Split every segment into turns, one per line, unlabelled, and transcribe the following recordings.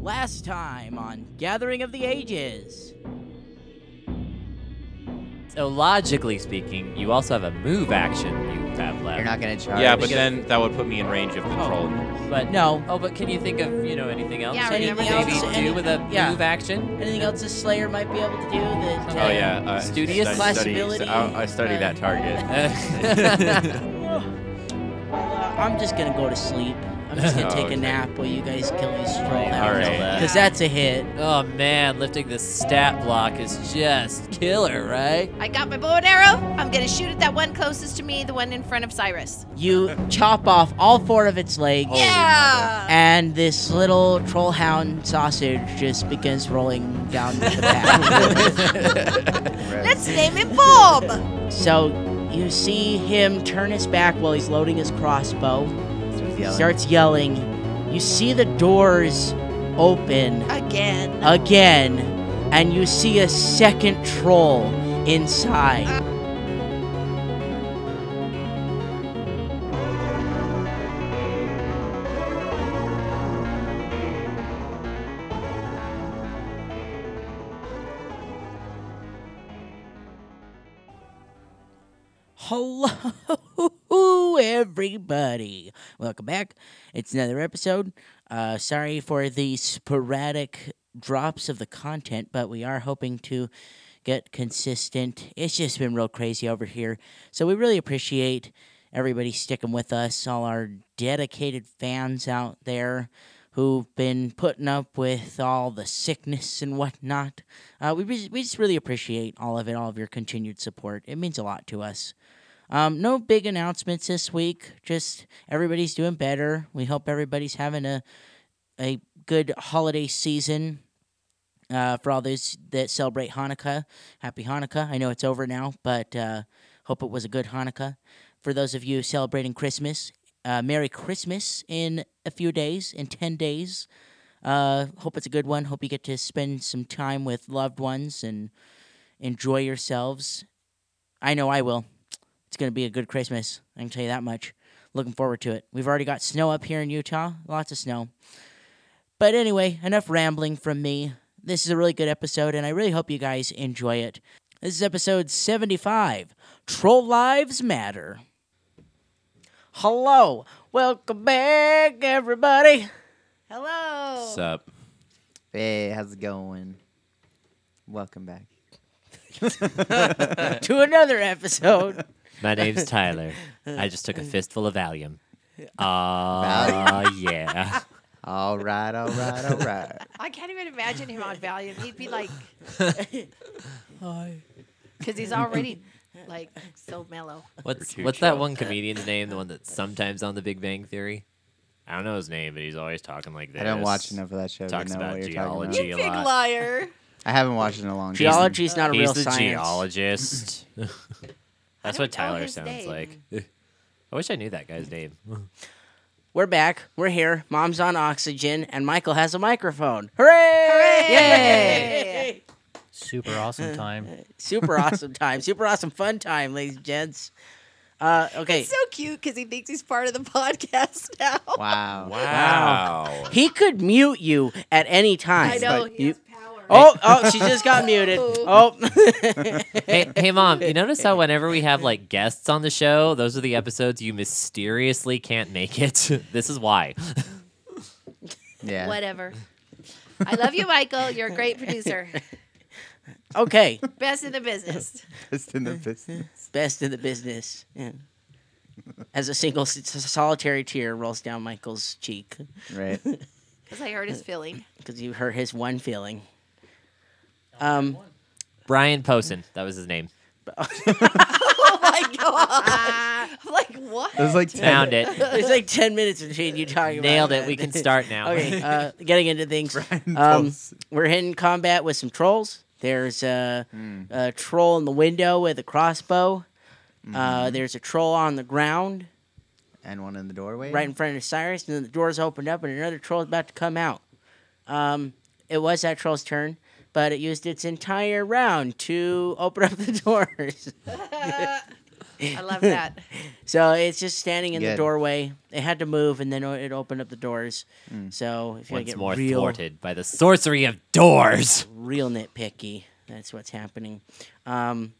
Last time on Gathering of the Ages.
So logically speaking, you also have a move action you have left.
You're not gonna charge.
Yeah, but then that would put me in range of the
Oh.
troll.
but
No.
Oh, but can you think of you know anything else?
Yeah,
that you
anything
could
else,
maybe
any-
do with a
yeah.
move action?
Anything else a Slayer might be able to do? That,
Oh,
Oh yeah, uh,
Studious
I study,
flexibility.
I, I study that target.
Uh,
Uh, I'm just gonna go to sleep. I'm just gonna
Oh,
take
okay.
a nap while you guys kill these troll
All
hounds.
right.
Cause that's a hit.
oh man, lifting the stat block is just killer, right?
I got my bow and arrow. I'm gonna shoot at that one closest to me, the one in front of Cyrus.
You chop off all four of its legs.
yeah.
And this little troll hound sausage just begins rolling down the path.
Let's name it Bob.
so you see him turn his back while he's loading his crossbow. Starts yelling. You see the doors open Uh,
Again.
again, and you see a second troll inside. Hello, everybody. Welcome back. It's another episode. Uh, sorry for the sporadic drops of the content, but we are hoping to get consistent. It's just been real crazy over here. So we really appreciate everybody sticking with us, all our dedicated fans out there who've been putting up with all the sickness and whatnot. Uh, we, re- we just really appreciate all of it, all of your continued support. It means a lot to us. Um, no big announcements this week. Just everybody's doing better. We hope everybody's having a a good holiday season. Uh, for all those that celebrate Hanukkah, happy Hanukkah. I know it's over now, but uh, hope it was a good Hanukkah. For those of you celebrating Christmas, uh, Merry Christmas in a few days, in 10 days. Uh, hope it's a good one. Hope you get to spend some time with loved ones and enjoy yourselves. I know I will. It's going to be a good Christmas. I can tell you that much. Looking forward to it. We've already got snow up here in Utah, lots of snow. But anyway, enough rambling from me. This is a really good episode, and I really hope you guys enjoy it. This is episode 75 Troll Lives Matter. Hello. Welcome back, everybody.
Hello.
Sup?
Hey, how's it going? Welcome back.
to another episode.
My name's Tyler. I just took a fistful of Valium. Ah, yeah.
All right, all right, all right.
I can't even imagine him on Valiant. He'd be like, because he's already like so mellow.
What's
too
what's that
chill.
one comedian's name? The one that's sometimes on The Big Bang Theory. I don't know his name, but he's always talking like this.
I don't watch enough of that show. to
Talks
know
about
what you're
geology.
Talking
Be
You
a
big
lot.
liar.
about. I haven't watched it in a long time.
Geology is not a
He's
real
the
science.
geologist.
I
That's what
don't know
Tyler
his
sounds
name.
like. I wish I knew that guy's name.
We're back. We're here. Mom's on oxygen, and Michael has a microphone. Hooray!
Hooray!
Yay!
Super awesome time.
Super awesome time. Super awesome fun time, ladies and gents. Uh, okay.
It's so cute because he thinks he's part of the podcast now.
Wow.
Wow. he could mute you at any time.
I know he
You-
has power.
Oh, oh, she just got muted. Oh.
hey, hey, mom. You notice how whenever we have like guests on the show, those are the episodes you mysteriously can't make it. this is why.
Yeah.
Whatever. I love you, Michael. You're a great producer.
okay.
Best in the business.
Just in the business.
Best in the business. Yeah. As a single s- solitary tear rolls down Michael's cheek.
Right.
Because I heard his feeling.
because you hurt his one feeling. Um,
Brian Posen, that was his name.
Oh my god. I'm like, what?
It was like
Found it.
there's like ten minutes between you talking. about
Nailed it.
that.
We can start now.
okay, uh, getting into things. Um,
Um,
we're in combat with some trolls. There's a, a troll in the window with a crossbow. Uh, there's a troll on the ground
and one in the doorway.
right in front of Cyrus, and then the doors opened up, and another troll is about to come out. Um, it was that troll's turn, but it used its entire round to open up the doors.
I love that.
So it's just standing in the
Good.
doorway. It had to move, and then it opened up the doors. So if you wanna
Once
get
more
real,
thwarted by the sorcery of doors.
real nitpicky, that's what's happening. Um,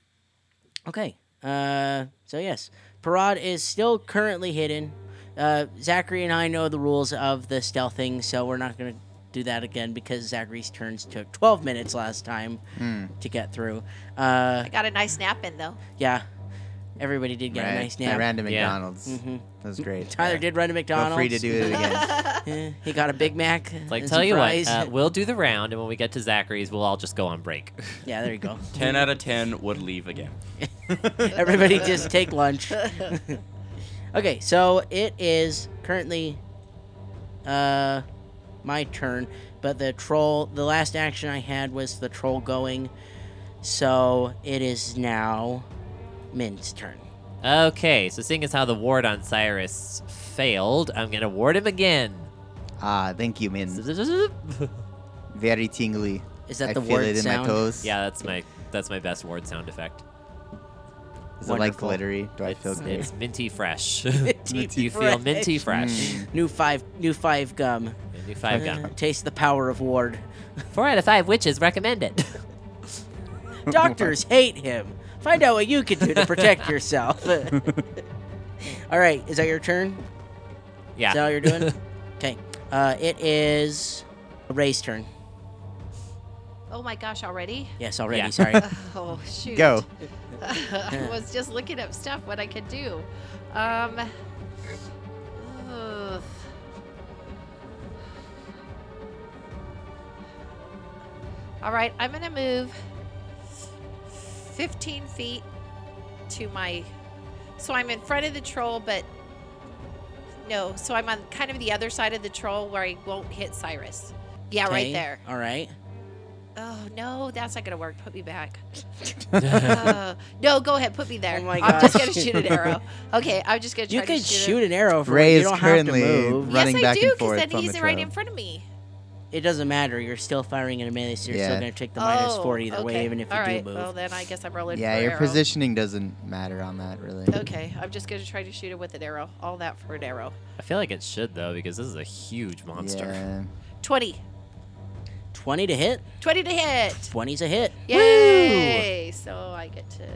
okay. Uh, so yes, Parad is still currently hidden. Uh, Zachary and I know the rules of the stealthing, so we're not gonna do that again because Zachary's turns took 12 minutes last time
Hmm.
to get through. Uh,
I got a nice nap in though.
yeah, everybody did get
right?
a nice
I
nap.
ran to
Yeah.
McDonald's.
Mhm.
That was great.
Tyler
Yeah.
did run to McDonald's.
Feel free to do it again.
Eh, he got a Big Mac.
Like,
and
tell
some
you
fries.
what, uh, we'll do the round, and when we get to Zachary's, we'll all just go on break.
yeah, there you go.
Oh.
10 out of 10 would leave again.
Everybody just take lunch. okay, so it is currently uh my turn, but the troll the last action I had was the troll going. So it is now Min's turn.
Okay, so seeing as how the ward on Cyrus failed, I'm gonna ward him again.
ah, thank you, Min.
yeah,
Very tingly.
Is that
I
the
feel
word
it in
sound?
my toes.
that's my that's my best ward sound effect.
Is it like
Wonderful.
glittery? Do I feel
It's,
good?
it's minty fresh.
Minty
you feel minty
fresh.
fresh.
Hmm.
New five new five gum.
Minty five
Uh,
gum.
taste the power of Ward.
Four out of five witches recommend it.
Doctors hate him. Find out what you can do to protect yourself. All right, is that your turn?
yeah.
Is that all you're doing? okay. Uh, it is Ray's turn.
Oh my gosh, already?
Yes, already.
Yeah.
Sorry.
Oh shoot.
Go.
I was just looking up stuff what I could do. Um ugh. All right, I'm going to move 15 feet to my so I'm in front of the troll but no, so I'm on kind of the other side of the troll where I won't hit Cyrus. Yeah,
Okay,
right there.
All right.
Oh no, that's not gonna work. Put me back. Uh, no, go ahead. Put me there.
Oh my
I'm just
gosh.
gonna shoot an arrow. Okay, I'm just gonna. Try
You
to
could
shoot,
shoot an arrow for
Ray
it. You
is
don't have to
currently-
move.
Yes,
running
I
back
do,
and forth
then
from
he's
the
right
trail.
in front of me.
It doesn't matter. You're still firing in a melee, so you're still
Yeah.
going to take the minus
oh,
four either way,
okay.
even if you
All right,
do move.
Well, then I guess I'm rolling.
yeah,
for
your
arrow.
positioning doesn't matter on that, really.
Okay, I'm just gonna try to shoot it with an arrow. All that for an arrow.
I feel like it should though because this is a huge monster.
Yeah.
20.
20 to hit.
20 to hit.
20's a hit.
Yay! So I get to.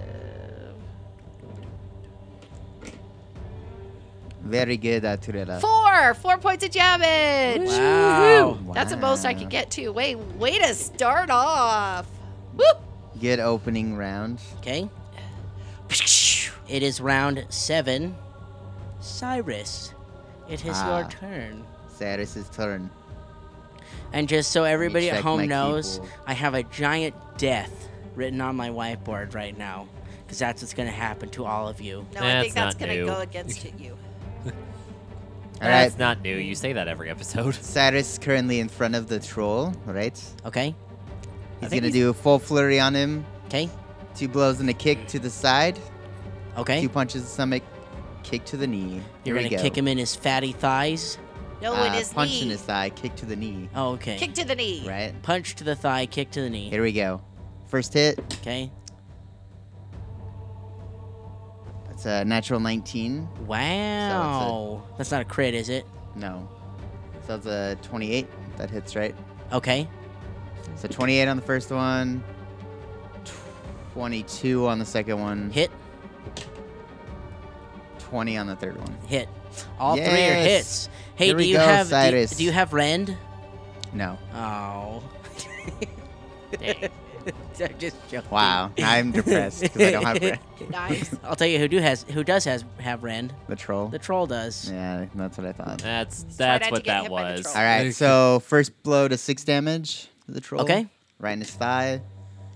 Very good, Aturela.
Four! Four points of damage!
Uh, Wow.
That's the most I could
Wow.
get to. Way, way to start off. Woo!
Good opening round.
Okay. It is round seven. Cyrus, it is
Ah.
your turn.
Cyrus's turn.
And just so everybody at
check
home
my
knows,
keyboard.
I have a giant death written on my whiteboard right now. Because that's what's going to happen to all of you.
No, I think
That's not
that's gonna
new.
go against you.
All
That's
right.
not new. You say that every episode.
Cyrus is currently in front of the troll, right?
Okay?
He's
think he's-
gonna do a full flurry on him.
Okay?
Two blows and a kick to the side.
Okay?
Two punches to the stomach. Kick to the knee.
You're
Here
going
we
to
go.
kick him in his fatty thighs.
No,
Uh,
it is
punch in
Oh, knee.
his thigh. Kick to the knee.
Oh, okay.
Kick to the knee.
Right.
Punch to the thigh, kick to the knee.
Here we go. First hit.
Okay?
That's a natural 19.
Wow. That's not a crit, is it?
No. So that's a 28. That hits right.
Okay?
So 28 on the first one. 22 on the second one.
Hit,
20 on the third one.
hit. All three are
Yes.
hits. Hey,
Here
do
we
you
go,
have do you-
Cyrus.
Do, you have rend?
No.
Oh. I'm just joking.
Wow. I'm depressed because I don't have Ren-
Nice.
I'll tell you who do has who does has have rend.
the troll.
The troll does.
Yeah, that's what I thought.
That's
try not
that's
to
what
get
that
hit by the
was.
troll.
All right, so first blow to six damage to the troll.
Okay.
Right in his thigh.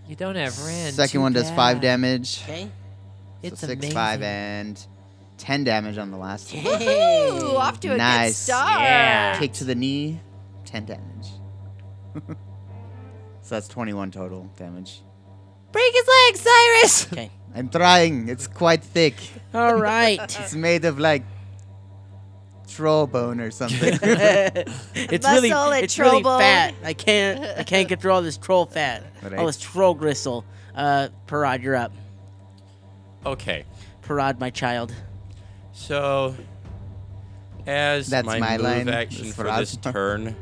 You don't have Ren.
Second
too
one does five
bad.
damage.
Okay.
It's
so six, five, and ten damage on the last one.
Woohoo! Off to a
Nice.
good start.
Yeah.
Kick to the knee, ten damage. so that's twenty-one total damage.
Break his leg, Cyrus.
Okay.
I'm trying. It's quite thick.
All right.
It's made of like troll bone or something.
it's really
Muscle and
it's really
troll bone.
fat. I can't I can't control this troll fat. Oh,
Right.
All this troll gristle. Uh, Parad, you're up.
Okay.
Parad, my child.
So, as
That's
my,
my
move
line.
action
That's
for
what I was-
this turn,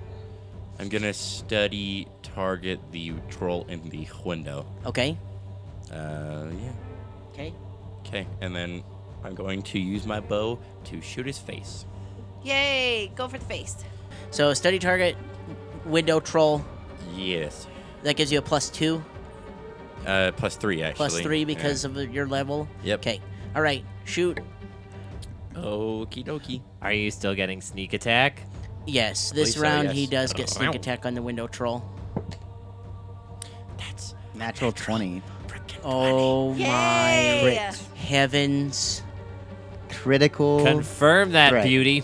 I'm gonna study target the troll in the window.
Okay.
Uh, yeah.
Okay.
Okay, and then I'm going to use my bow to shoot his face.
Yay! Go for the face.
So study target, window troll.
Yes.
That gives you a plus two,
Uh, plus three actually.
plus three
Yeah.
because of your level.
Yep.
Okay. All right. Shoot.
Okie dokie.
Are you still getting sneak attack?
Yes. This
believe so,
round he
uh, yes.
does get sneak
Wow.
attack on the window troll.
That's
Natural 20.
freaking
Oh my
Yay!
ri- heavens!
Critical.
Confirm that
Right.
beauty.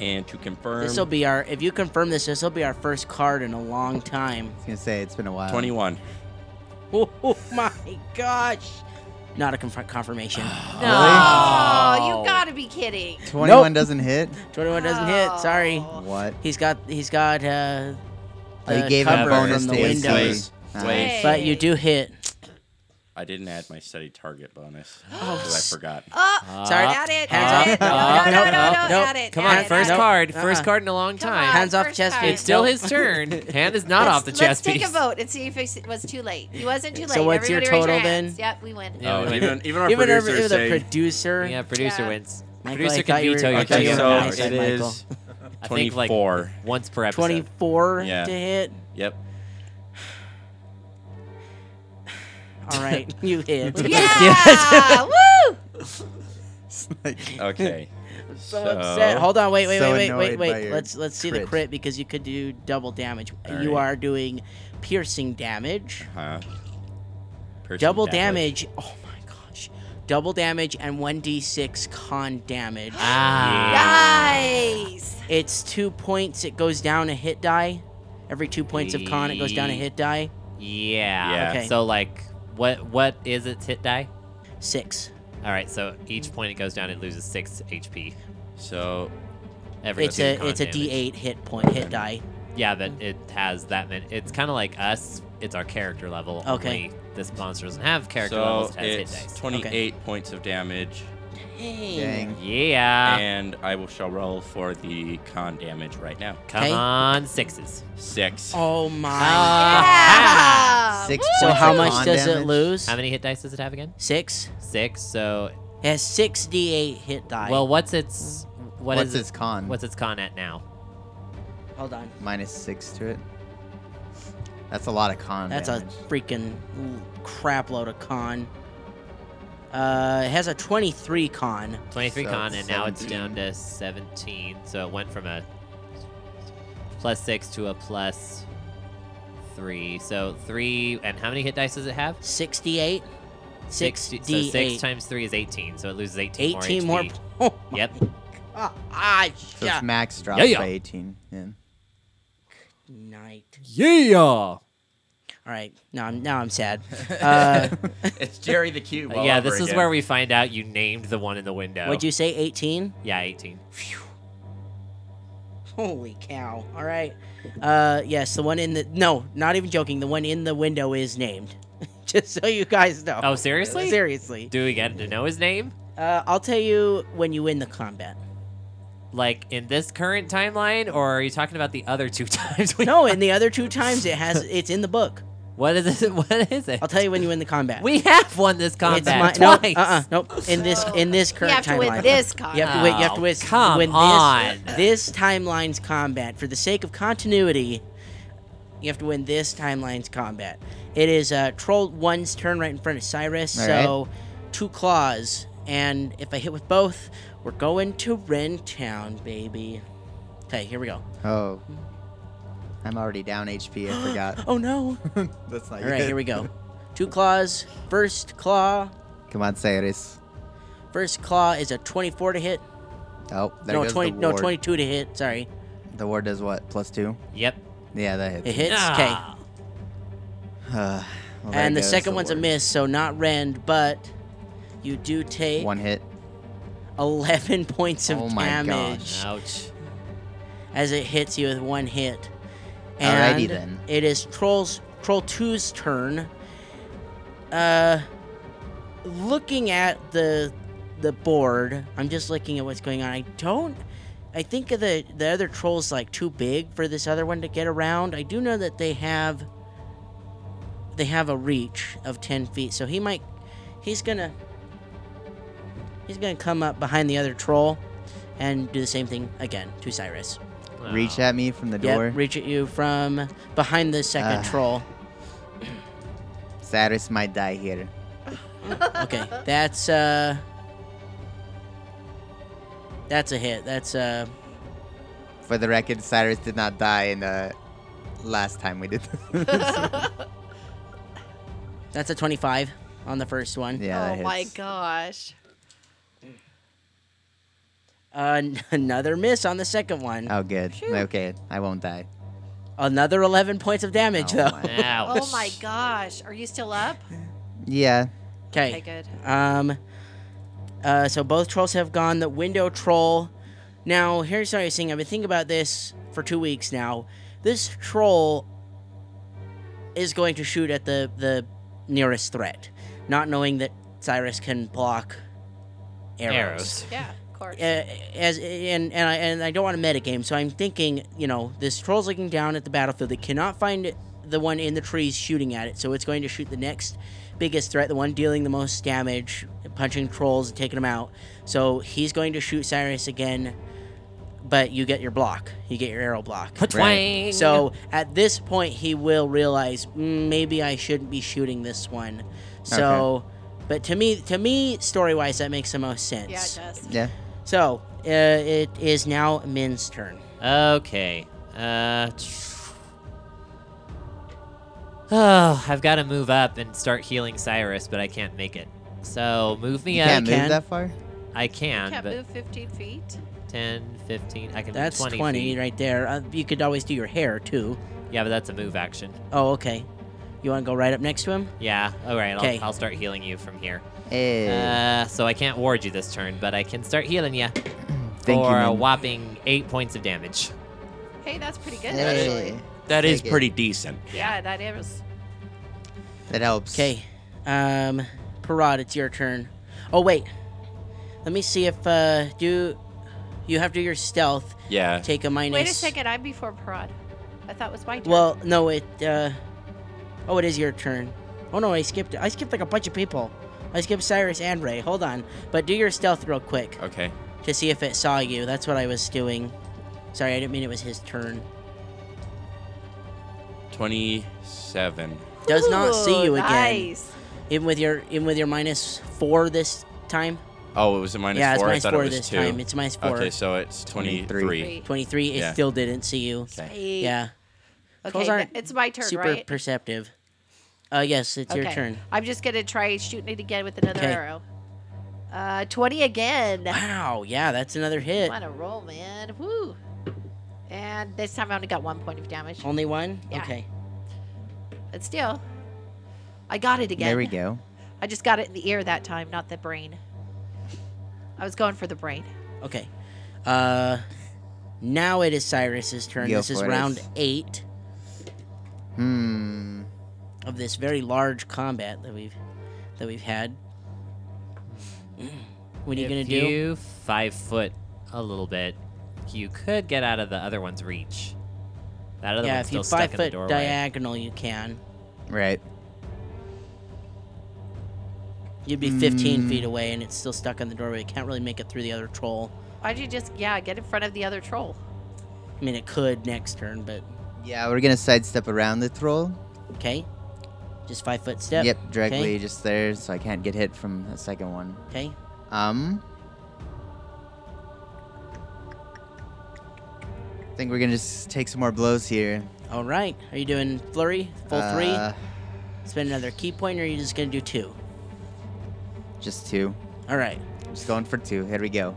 And to confirm,
This will be our. If you confirm this, this will be our first card in a long time.
I was going to say, it's been a while.
21.
Oh my gosh! Not a conf- confirmation.
No,
Really?
you gotta be kidding.
Nope.
21 doesn't hit?
Twenty-one doesn't hit. Sorry.
Oh.
What?
He's got. He's got. Uh,
Oh, you
the
gave him
cover
bonus
from the
to AC.
window.
Wait,
Nice.
wait.
But you do hit.
I didn't add my study target bonus because I forgot.
Oh,
Uh,
Sorry.
at it.
Hands
at
up.
it. No,
Up.
no, no,
Nope.
no,
Nope.
no,
Nope.
at it.
Come
at
on,
it,
first
at it.
card.
Uh-uh.
First card in a long
Come
time.
on,
Hands off
first
chest
card.
piece.
It's still
Nope.
his turn. Hand is not
Let's-
off the chest
Let's
piece.
take a vote and see if it's- it was too late. It wasn't too late.
So what's your
Everybody raise
total
hands.
then?
Yep, we win.
Yeah, we-
Oh, even even our
Even if
producers
it was a
say.
producer.
Yeah, producer
Yeah.
wins.
Michael, I
producer
thought
can
you were-
veto
I
your
thought you
okay,
were
judgment.
so
on my
it
side, Michael.
is
I think like
24.
once per episode.
24
Yeah.
to hit.
Yep.
All right, you hit.
Yeah! Woo!
Okay.
so upset. Hold on, wait, wait,
So
wait, wait, wait,
annoyed by
wait.
your
Let's let's see the
crit.
crit because you could do double damage.
All
You
right.
are doing piercing damage,
Huh. uh, Person
double damage. Oh my gosh, double damage and one d6 con damage.
Ah.
Nice.
It's two points. It goes down a hit die. Every two points of con, it goes down a hit die.
Yeah.
Yeah.
Okay.
So like, what what is its hit die?
Six.
All right. So each point it goes down, it loses six HP.
So
Every
It's
two
a
con
it's a
damage.
d8 hit point hit die.
Yeah, but it has that many. It's kind of like us. It's our character level.
Okay.
Only this monster doesn't have character
so
levels. It has hit
it's
dice.
28 points of damage,
Dang.
Yeah.
and I will shall roll for the con damage right now.
Come
Okay.
on, sixes.
Six.
Oh my.
Ah. Yeah.
Six
Woo.
so
points
how
of
much
con
does it
damage?
lose?
How many hit dice does it have again?
Six.
Six. So,
It has six d8 hit die.
well, what's its what
What's
is
its con?
what's its con at now?
hold on.
Minus 6 to it. That's a lot of con.
That's
damage.
a freaking l- crap load of con. Uh, it has a 23 con.
Twenty-three
So
con,
it's
and now it's down to seventeen. So it went from a plus six to a plus three. So three, and how many hit dice does it have?
68. 6
Sixty-
d8.
So six times three is eighteen. So it loses eighteen.
18
more.
more.
HP.
Oh my
Yep.
gosh.
So its max drops
Yeah, yeah.
by 18. Yeah.
Night.
Yeah.
All right. Now I'm now I'm sad. Uh,
it's Jerry the Cube. all
yeah.
over
This is
again.
where we find out you named the one in the window.
would you say 18?
Yeah, eighteen.
Holy cow. All right. Uh, yes, the one in the no, not even joking. The one in the window is named. Just so you guys know.
Oh, seriously?
Seriously.
Do we get to know his name?
Uh, I'll tell you when you win the combat.
Like in this current timeline, or are you talking about the other two times? We-
No, and the other two times it has it's in the book.
What is it? What is it?
I'll tell you when you win the combat.
We have won this
it's my,
combat
no,
twice.
uh-uh, nope. In this in this current
You have to
timeline.
win this con.
You have to win. You have to win.
Oh, come
win
on.
This, this timeline's combat for the sake of continuity. You have to win this timeline's combat. It is uh, troll one's turn right in front of Cyrus.
All
so two claws, and if I hit with both, we're going to Ren Town, baby. Okay, here we go.
Oh. I'm already down HP. I forgot.
Oh no!
That's not
All right, here we go. Two claws. First claw.
Come on, Sayris.
First claw is a 24 to hit.
Oh, there
no,
goes
20,
the
no,
ward.
22 to hit. Sorry,
The ward does what? Plus two?
Yep.
Yeah, that hits.
it hits. Okay.
Ah.
Uh, well, there
and the
goes
second one's a
ward.
miss, so not rend, but you do take
One hit.
11 points of
Oh my
damage
Ouch.
as it hits you with one hit.
Alrighty
And
then.
It is Troll's Troll 2's turn. Uh looking at the the board. I'm just looking at what's going on. I don't. I think of the the other troll's like too big for this other one to get around. I do know that they have they have a reach of ten feet, so he might. He's gonna. He's gonna come up behind the other troll, and do the same thing again to Cyrus.
Reach at me from the
Yep,
door.
reach at you from behind the second
Ah.
troll.
Cyrus might die here.
Okay, that's uh, that's a hit. That's uh,
For the record, Cyrus did not die in the last time we did this.
that's a twenty-five on the first one.
yeah,
oh
that
my
hits.
gosh.
Uh, n- another miss on the second one.
Oh, good.
Phew.
Okay, I won't die.
Another eleven points of damage
Oh
though.
my-
Ouch.
Oh my gosh. Are you still up?
Yeah,
Okay,
Okay.
good.
Um. Uh, so both trolls have gone. The window troll. Now here's what I was saying. I've been thinking about this for two weeks now. This troll is going to shoot at the the nearest threat, not knowing that Cyrus can block arrows.
Arrows.
Yeah, of course.
Uh, as and and I and I don't want to metagame, so I'm thinking, you know, this troll's looking down at the battlefield. It cannot find the one in the trees shooting at it, so it's going to shoot the next biggest threat, the one dealing the most damage, punching trolls and taking them out. So he's going to shoot Cyrus again, but you get your block, you get your arrow block.
Twang.
So at this point, he will realize "Mm, maybe I shouldn't be shooting this one. So, but to me, to me, story wise, that makes the most sense.
Yeah, it does.
yeah.
So uh, it is now Min's turn.
Okay. Uh. tr- Oh, I've got to move up and start healing Cyrus, but I can't make it. So move me
You
up.
can't move
can. Uh,
that far?
I can,
Can't
but
move 15 feet.
10, 15, I can
That's
move
20,
20, feet.
right there. Uh, you could always do your hair too.
Yeah, but that's a move action.
Oh, okay. You want to go right up next to him?
Yeah, all right,
Okay.
I'll, I'll start healing you from here.
Hey.
Uh, so I can't ward you this turn, but I can start healing you
Thank you,
for a
man.
whopping 8 points of damage.
Hey, that's pretty good,
Hey.
actually.
That is
Take it.
pretty decent.
Yeah, that is.
That helps.
Okay. Um, Parad, it's your turn. Oh wait. Let me see if uh, do you have to do your stealth.
Yeah.
Take a minus.
Wait a second. I'm before Parad. I thought it was my turn.
Well, no, it. Uh, oh, it is your turn. Oh no, I skipped. I skipped like a bunch of people. I skipped Cyrus and Ray. Hold on, but do your stealth real quick
Okay.
to see if it saw you. That's what I was doing. Sorry, I didn't mean it was his turn.
27.
Does not see you
Ooh,
again.
Nice.
Even with your even with your minus four this time.
Oh, it was a minus
yeah, it's
four.
minus
I thought
four
it was
this
two.
time. It's minus four.
Okay, so it's 23.
23.
Twenty-three. It
Yeah.
still didn't see you.
Okay.
Eight.
Yeah.
Okay,
Trolls
th-
aren't
it's my turn,
Super
right?
perceptive. Uh, yes, it's your
Okay.
turn.
I'm just gonna try shooting it again with another
Okay.
arrow. Uh, 20 again.
Wow. Yeah, that's another hit.
I'm on a roll, man. Woo. And this time I only got one point of damage.
Only one.
Yeah.
Okay.
But still, I got it again.
There we go.
I just got it in the ear that time, not the brain. I was going for the brain.
Okay. Uh, now it is Cyrus's turn.
Go
this is
for it.
round eight
Hmm.
of this very large combat that we've that we've had. What are you
if
gonna do?
you five foot a little bit, you could get out of the other one's reach. That other
yeah, if
one's still
you
stuck
five
in the
foot
doorway.
diagonal, you can.
Right.
You'd be 15
Hmm.
Mm.
feet away, and it's still stuck in the doorway. You can't really make it through the other troll.
Why'd you just, yeah, get in front of the other troll?
I mean, it could next turn, but
Yeah, we're gonna sidestep around the troll.
okay. Just five foot step.
Yep, directly
Okay.
just there, so I can't get hit from the second one.
Okay.
Um. I think we're gonna just take some more blows here.
All right. Are you doing flurry? Full
Uh,
three? Spend another key point, or are you just gonna do two?
Just two.
All right.
Just going for two. Here we go.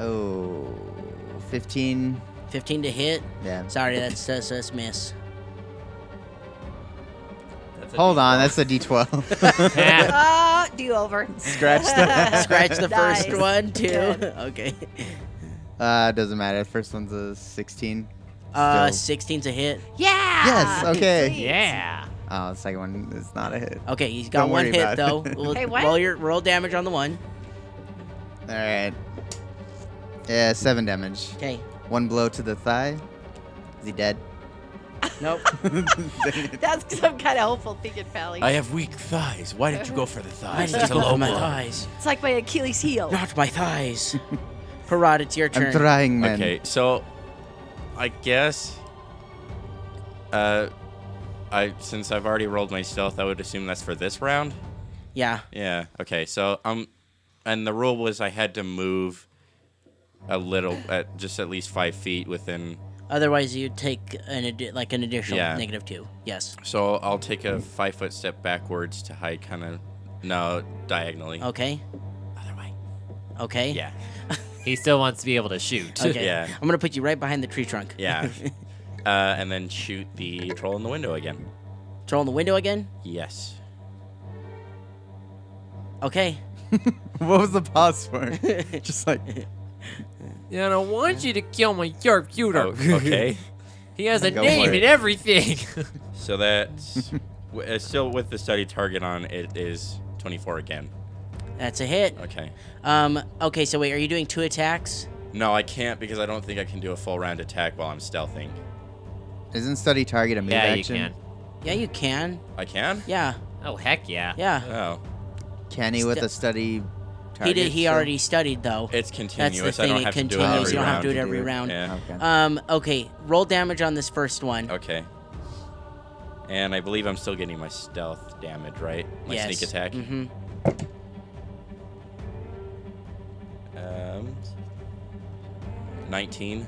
Oh, 15.
15 to hit.
Yeah.
Sorry, that's that's, that's miss.
That's a
Hold
deep
on,
roll.
that's a d12.
Ah,
Ah, do over.
Scratch that.
Scratch the
Nice.
first one too.
Good.
okay.
uh, doesn't matter. First one's a 16.
Uh,
Still.
16's a hit.
Yeah.
Yes, okay.
Sweet.
yeah.
Oh, the second one is not a hit.
Okay, he's got
Don't
one
worry
hit though.
about it.
Roll-
Hey, what?
Roll your roll damage on the one.
All right. Yeah, seven damage.
Okay.
One blow to the thigh. Is he dead?
Nope.
Dang it.
That's some kind of hopeful thinking, Pally.
I have weak thighs. Why did you go for the
Why
thighs?
did you
It's a
go
low
for my
blow.
thighs?
It's like my Achilles heel.
Not my thighs. Parad, it's your
I'm
turn.
trying, man.
Okay, so I guess uh I since I've already rolled my stealth, I would assume that's for this round.
yeah.
Yeah. Okay. So um, and the rule was I had to move a little, at just at least five feet within.
Otherwise, you'd take an addi- like an additional
Yeah.
negative two. Yes.
So I'll take a five foot step backwards to hide, kind of. No, diagonally.
Okay.
Other way.
Okay.
Yeah.
He still wants to be able to shoot.
Okay.
Yeah.
I'm gonna put you right behind the tree trunk.
Yeah. uh, and then shoot the troll in the window again.
Troll in the window again.
Yes.
Okay.
What was the pause for? Just like
And I want you to kill my sharpshooter.
Oh, okay.
he has a
Go
name
for it.
and everything.
so that's w- uh, still with the study target on. It is twenty four again.
That's a hit.
Okay.
Um. Okay. So wait, are you doing two attacks?
No, I can't because I don't think I can do a full round attack while I'm stealthing.
Isn't study target a move
yeah,
action?
you can.
Yeah, you can.
I can.
Yeah.
Oh heck yeah.
Yeah.
Oh.
Can he with a study target?
he did. He
still?
already studied though.
It's
That's
continuous.
the
I
thing.
don't
It
have to do it
continues.
every
You don't have
round.
to do it
round.
every
You do it.
round.
Yeah.
Okay.
Um. Okay. Roll damage on this first one.
Okay. And I believe I'm still getting my stealth damage, right? My
yes.
sneak attack.
Mm-hmm.
Um, 19.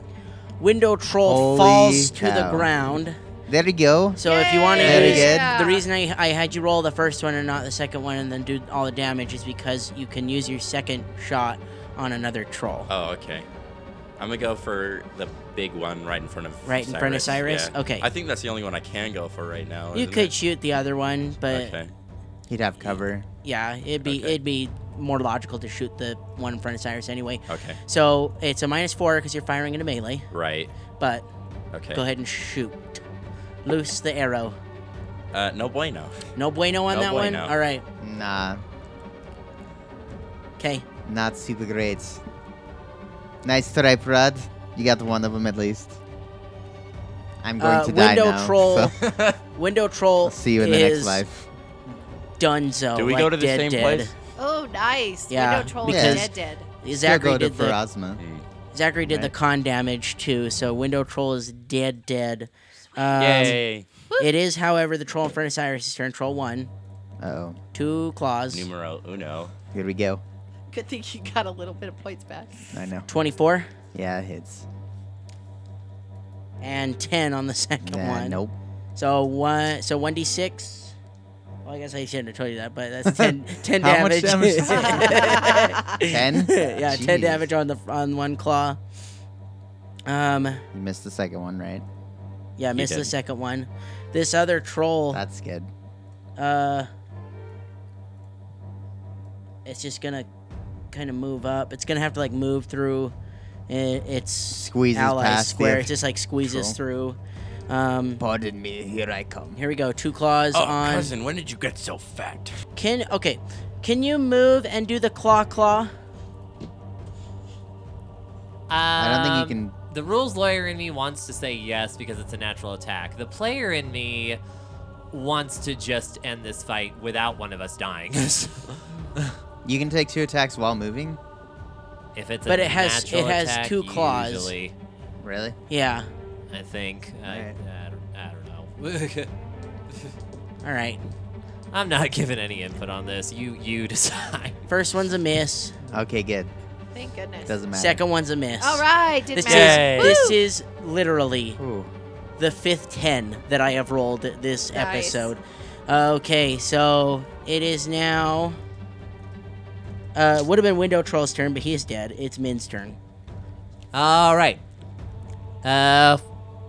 Window troll
Holy
falls to the
cow.
ground.
There you go.
So if you want to
Very
use
good.
the reason I, I had you roll the first one and not the second one and then do all the damage is because you can use your second shot on another troll.
Oh, okay. I'm gonna go for the big one right in front of
Right in front of Cyrus?
Yeah.
Okay.
I think that's the only one I can go for right now.
you
isn't
could
it?
shoot the other one, but
Okay.
He'd have cover.
yeah, it'd be
Okay.
it'd be more logical to shoot the one in front of Cyrus anyway.
Okay.
So it's a minus four because you're firing into melee,
Right.
but
Okay.
go ahead and shoot. Loose the arrow.
Uh, no bueno.
No bueno on
No
that
bueno.
one. All right.
Nah,
Okay.
not super great. Nice try, Prad. You got one of them at least. I'm going
Uh,
to die
window
now.
troll.
so-
Window troll
I'll see you in the next
is
life.
Dunzo.
do we
like
go to the
dead,
same
dead.
place?
Oh, nice.
Yeah,
Window troll
because-
is dead, dead.
Still
Zachary
go to
did the
Pharasma.
Zachary did the
Right.
con damage too, so window troll is dead, dead. Um,
Yay.
It is, however, the troll in front of Cyrus' turn. Troll one,
Oh,
two claws,
Numero uno.
here we go.
Good thing you got a little bit of points back.
I know.
twenty-four,
Yeah, it hits.
and ten on the second
Nah,
one.
Nope.
So one, so one d six. Well, I guess I shouldn't have told you that, but that's 10, 10
How much
damage.
damage? Ten.
yeah, ten
Jeez.
damage on the on one claw. Um,
You missed the second one, right?
yeah, missed the
did.
second one. This other troll.
That's good.
Uh, it's just gonna kind of move up. It's gonna have to like move through i- its
Squeezes
ally
past the
square.
other
It just like squeezes through. Um,
Pardon me, here I come.
here we go. Two claws
Oh,
on.
cousin, when did you get so fat?
Can okay? Can you move and do the claw claw?
I don't think you
Um,
can.
The rules lawyer in me wants to say yes because it's a natural attack. The player in me wants to just end this fight without one of us dying.
You can take two attacks while moving.
if it's
But
a
it has-
natural
it has
attack,
two claws.
Usually,
Really?
Yeah.
I think. I,
Alright.
I, don't- I don't know.
All right.
I'm not giving any input on this. You you decide.
First one's a miss.
Okay, good.
Thank goodness.
Doesn't matter.
Second one's a miss.
All right, did
This is
matter.
Yay.
this is literally
Ooh.
the fifth 10 that I have rolled this
Nice.
episode. Okay, so it is now. Uh, would have been Window Troll's turn, but he is dead. It's Min's turn.
All right. Uh,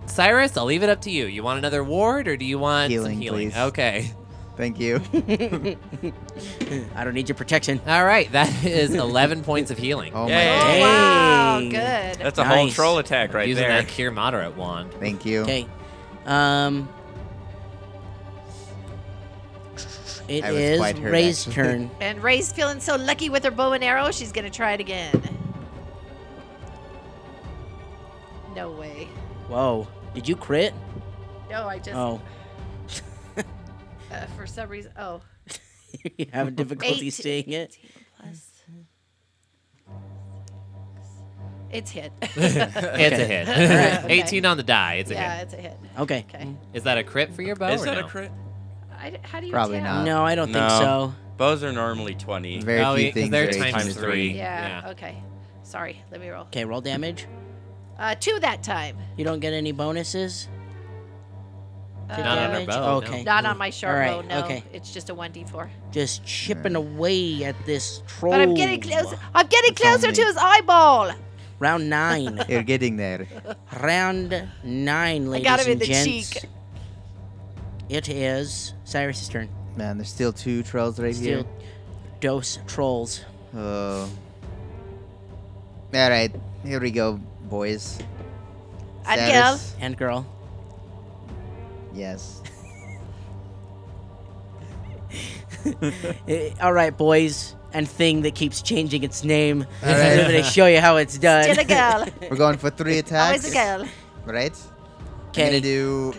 Cyrus, I'll leave it up to you. You want another ward or do you want some
Healing,
healing?
please.
Okay.
Thank you.
I don't need your protection.
All right. That is 11 points of healing.
Oh
Yay.
my god.
Oh, wow,
Dang.
good.
That's a whole
Nice.
troll attack right
Using
there.
that cure moderate wand.
Thank you.
Okay. Um. It
I was
is
quite hurt,
Ray's
actually.
turn.
And Ray's feeling so lucky with her bow and arrow, she's gonna try it again. No way.
Whoa. Did you crit?
No, I just
Oh.
uh, for some reason. Oh,
you having difficulty
Eight-
seeing it?
plus. It's hit.
It's a hit.
Alright, okay.
18 on the die. It's a
yeah,
hit.
it's a hit.
Okay.
Okay.
Is that a crit for your bow?
Is
or
that
no?
a crit?
I d how do you
Probably
tell?
not. Uh,
no, I don't think
no.
so.
Bows are normally 20.
Very
oh,
few
yeah, 'cause
things
they're
are
times
times
three.
three.
Yeah,
Yeah.
Okay. Sorry. Let me roll.
Okay, roll damage.
Uh, two that time.
You don't get any bonuses?
Uh,
Not on her
damage?
bow. no.
Okay.
Not on my sharp
Alright,
bow. No.
okay.
It's just a one d four.
Just chipping away at this troll.
But I'm
Oh.
getting close. I'm getting
It's on
closer to
me.
his eyeball.
Round nine.
You're getting there.
Round nine, ladies
got him in
and
the
gents.
cheek.
It is Cyrus's turn.
Man, there's still two trolls right
Still dose trolls.
here. Oh. All right, here we go, boys.
I'd
Status?
And girl.
Yes.
Eh, all right, boys. And thing that keeps changing its name.
All right.
I'm gonna show you how it's done.
Still a girl.
We're going for three attacks.
Always a girl.
Right? I'm
Okay.
gonna do.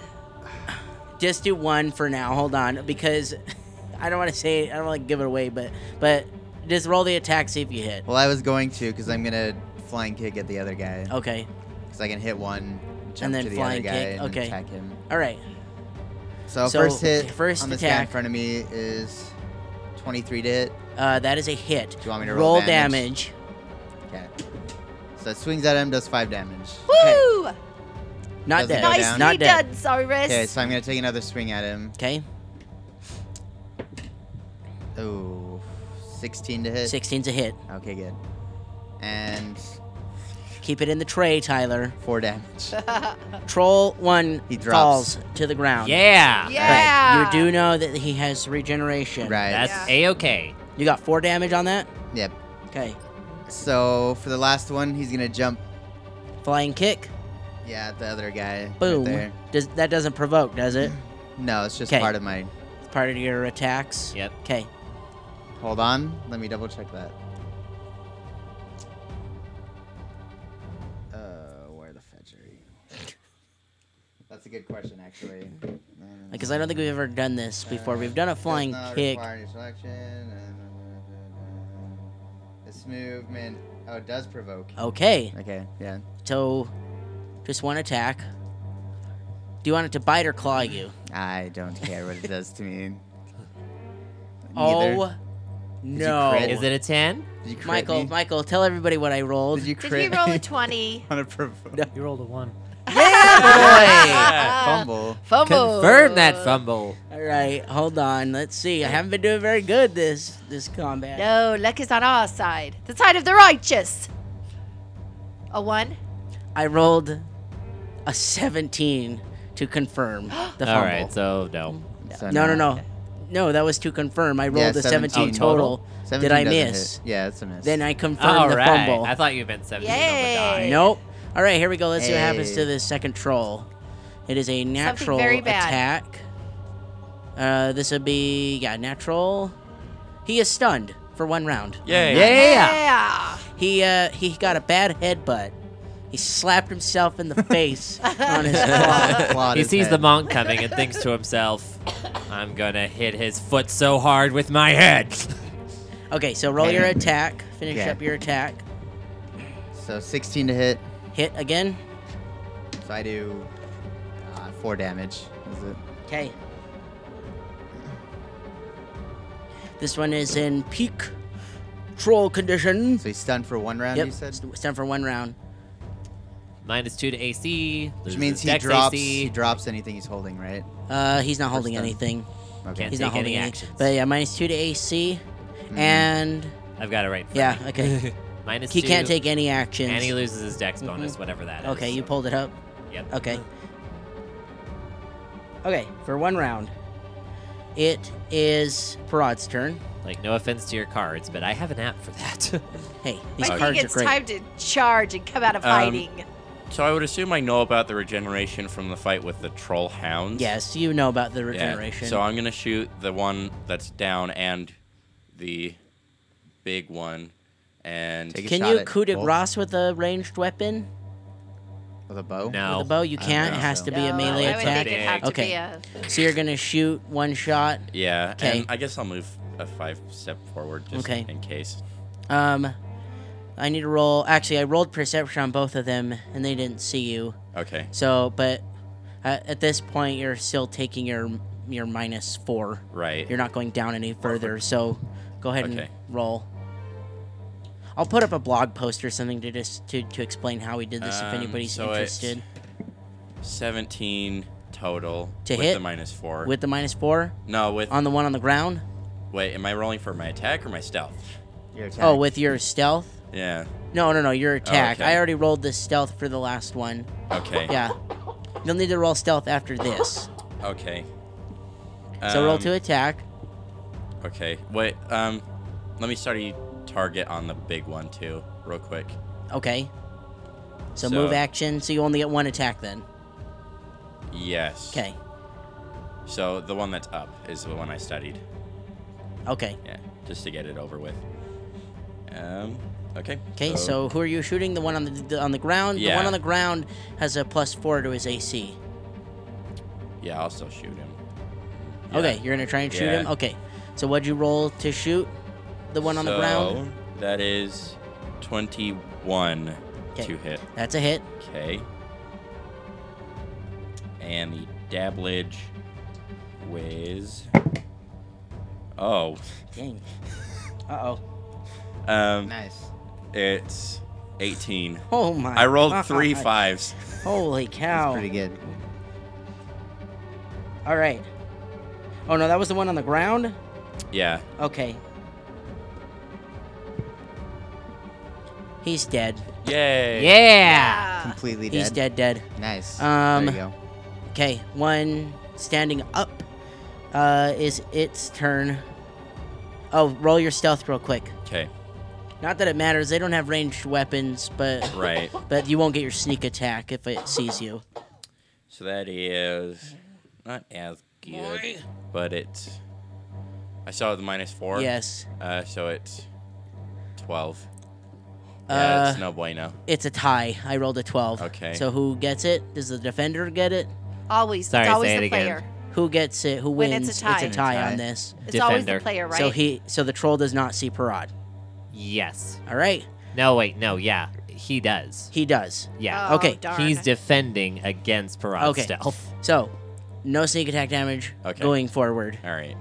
just do one for now. Hold on, because I don't want to say I don't want to give it away, but but just roll the attack, see if you hit.
Well, I was going to because I'm gonna flying kick at the other guy
Okay,
because I can hit one, jump
Oh. then
to the
flying
other guy,
kick,
and
okay.
attack him.
all right.
So,
So,
first hit
first
on this guy in
attack.
front of me is 23 to hit.
Uh, that is a hit.
Do you want me to roll
damage?
damage? Okay. So it swings at him, does five damage.
Woo!
Not
Doesn't
dead.
go
Nicely
down.
Not dead.
done, Cyrus.
Okay, so I'm gonna take another swing at him.
Okay,
Oh, 16 to hit.
16's a hit.
Okay, good. And
Keep it in the tray, Tyler.
four damage.
Troll one
He drops.
falls to the ground.
Yeah.
yeah.
You do know that he has regeneration.
right.
That's a okay.
You got four damage on that.
Yep.
Okay.
So for the last one, he's gonna jump.
Flying kick.
Yeah, at the other guy. right
Boom.
there. Mm-hmm.
Does that doesn't provoke, does it?
No, it's just
'Kay.
part of my.
It's part of your attacks.
Yep.
Okay.
Hold on. Let me double check that. Uh, where the fetch are you? That's a good question, actually.
Because I don't think we've ever done this before. We've done a flying
Does not
kick.
require any selection. This movement. Oh, it does provoke.
Okay,
Okay, yeah.
so just one attack. Do you want it to bite or claw you?
I don't care what it does to me. Neither.
Oh no,
crit?
Is it a 10?
Did you crit
Michael?
me?
Michael, tell everybody what I rolled.
Did you
Did
crit
he roll
me
a 20?
on a provoke?
You rolled a one.
Yeah.
Fumble.
Fumble.
Confirm that fumble.
All right, hold on. Let's see. I haven't been doing very good this this combat.
No, luck is on our side. The side of the righteous. A one?
I rolled a 17 to confirm the fumble.
All right, so no.
So
no, no, no, no. That was to confirm. I rolled a 17,
17
total. Did
17
I
doesn't
miss?
hit. Yeah, it's a miss.
Then I confirmed
All
the
right.
fumble.
I thought you meant 17 on the
Yay.
die.
Nope. All right, here we go. Let's see what happens
Hey.
to this second troll. It is a natural
very bad.
attack. Uh, this would be yeah, natural. He is stunned for one round.
Yay.
Yeah.
He uh, he got a bad headbutt. He slapped himself in the face on his claw.
Clawed
He
his
sees the
head.
monk coming and thinks to himself, I'm going to hit his foot so hard with my head.
Okay, so roll your attack. Finish
Yeah.
up your attack.
So 16 to hit.
Hit again.
So I do uh, four damage. Is it?
Okay. This one is in peak troll condition.
So he's stunned for one round.
Yep.
You said.
It's time for one round.
Minus 2 to AC.
Which
loses
means he
dex
drops. He
AC.
drops anything he's holding, right?
Uh, he's not holding
time.
anything.
Okay. Hmm.
He's not
take
holding
any
any.
actions.
But yeah, minus two to AC,
Mm-hmm.
and
I've got it right. in front
yeah,
of me.
okay.
Minus
he
2.
can't take any actions.
And he loses his dex bonus, whatever that is.
okay, you pulled it up.
Yep.
Okay. Okay, for one round, it is Parad's turn.
Like, no offense to your cards, but I have an app for that.
Hey,
I
these
think
cards are
it's
great.
time to charge and come out of
Um,
hiding.
So I would assume I know about the regeneration from the fight with the troll hounds.
Yes, you know about the
Yeah,
regeneration.
So I'm gonna shoot the one that's down and the big one, and
Take a
Can
shot
you
at
coup de
both
grace with a ranged weapon?
with a bow.
With a
No.
bow? You can't. It
think
has
so.
to be a
No,
melee
I would
attack.
think it'd have to
Okay.
be a
So you're going to shoot one shot.
yeah,
'Kay.
and I guess I'll move a five step forward just
'Kay.
in case.
Um, I need to roll. Actually, I rolled perception on both of them, and they didn't see you.
Okay.
So, but uh, at this point, you're still taking your your minus four.
Right.
You're not going down any further. So, go ahead and
Okay.
roll. I'll put up a blog post or something to just to, to explain how we did this if
Um,
anybody's
so it's
interested.
17 total
To
with
hit?
the minus four.
With the minus four
no, with
on the one on the ground.
wait, am I rolling for my attack or my stealth?
Your attack.
Oh, with your stealth.
Yeah.
No, no, no, your attack.
okay.
I already rolled the stealth for the last one.
Okay.
Yeah. You'll need to roll stealth after this.
Okay.
so roll
Um,
to attack.
Okay. Wait. Um, let me start a target on the big one too, real quick.
Okay. So,
So-
move action. So you only get one attack then.
Yes.
Okay.
So the one that's up is the one I studied.
Okay.
Yeah. Just to get it over with. Um. Okay.
Okay. So, who are you shooting? The one on the, the on the ground. The one
Yeah.
on the ground has a plus four to his AC.
Yeah, I'll still shoot him.
Okay. You're gonna try and shoot
Yeah.
him. Okay. So what'd you roll to shoot? The one on the ground.
So, That is 21
'Kay.
to hit.
That's a hit.
Okay. And the dabblage was. Oh.
Dang. Uh oh.
Um,
Nice.
it's 18.
Oh my.
I rolled three
God.
fives.
Holy
That's
cow.
pretty good.
All right. Oh no, that was the one on the ground.
Yeah.
Okay. He's dead.
Yay.
Yeah.
yeah.
Completely dead.
He's dead, dead.
Nice.
Um,
there you go.
Okay, one standing up uh, is its turn. Oh, roll your stealth real quick.
Okay.
Not that it matters, they don't have ranged weapons, but
Right.
but you won't get your sneak attack if it sees you.
So that is not as good, but it's. I saw the minus four.
Yes.
Uh, so it's 12.
Uh,
yeah, it's no bueno.
It's a tie. I rolled a 12.
Okay.
So who gets it? Does the defender get it?
Always,
Sorry,
it's always
say it
the
again.
player.
Who gets it? Who
When
wins?
it's a tie.
It's a
When
it's
tie
tie.
on this.
It's always the
Defender.
player, right?
So he so the troll does not see Parad.
Yes.
All right.
No, wait, no, yeah. He does.
He does.
Yeah.
Oh,
okay,
darn.
He's defending against Parad
Okay.
stealth.
So, no sneak attack damage
Okay.
going forward.
All right.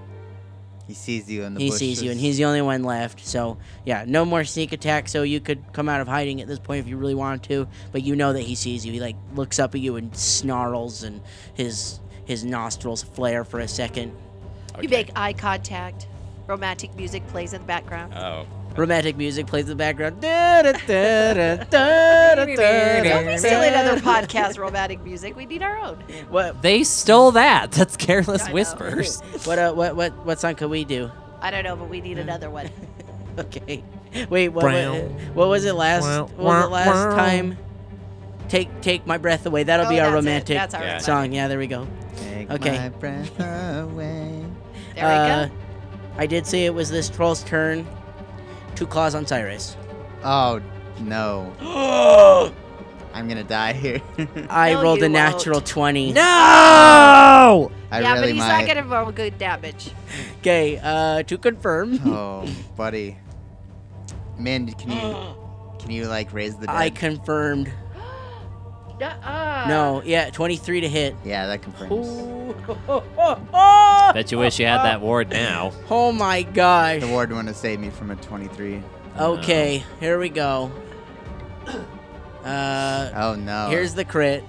He sees you in the
He
bushes.
sees you, and he's the only one left. So, yeah, no more sneak attack. So you could come out of hiding at this point if you really wanted to. But you know that he sees you. He like looks up at you and snarls, and his his nostrils flare for a second.
You make eye contact. Romantic music plays in the background.
Oh.
Romantic music plays in the background. Don't
Don't be stealing other podcasts' romantic music. We need our own.
What
They stole that. That's careless
I know.
whispers.
what uh, what what what song could we do?
I don't know, but we need another one.
Okay. Wait, what,
Brown.
what, what was it last?
Wow,
What was
wow,
it last
wow.
time? Take take my breath away. That'll
Oh,
be our
that's it.
romantic
That's our
Yeah.
romantic.
song. Yeah, there we go.
Take
Okay.
my breath away.
There we go.
Uh, I did say it was this troll's turn. Two claws on Cyrus.
Oh no. I'm gonna die here.
I
No,
rolled
you
a natural twenty.
No!
I
yeah,
really
but he's
might.
not going to roll good damage.
Okay, uh, to confirm,
Oh, buddy. Man, can you can you like raise the dead?
I confirmed.
Nuh-uh.
No, yeah, twenty-three to hit.
yeah, that confirms.
Bet you wish you had that ward now.
Oh my gosh.
The ward want to save me from a 23.
Okay, here we go. Uh,
Oh no.
Here's the crit.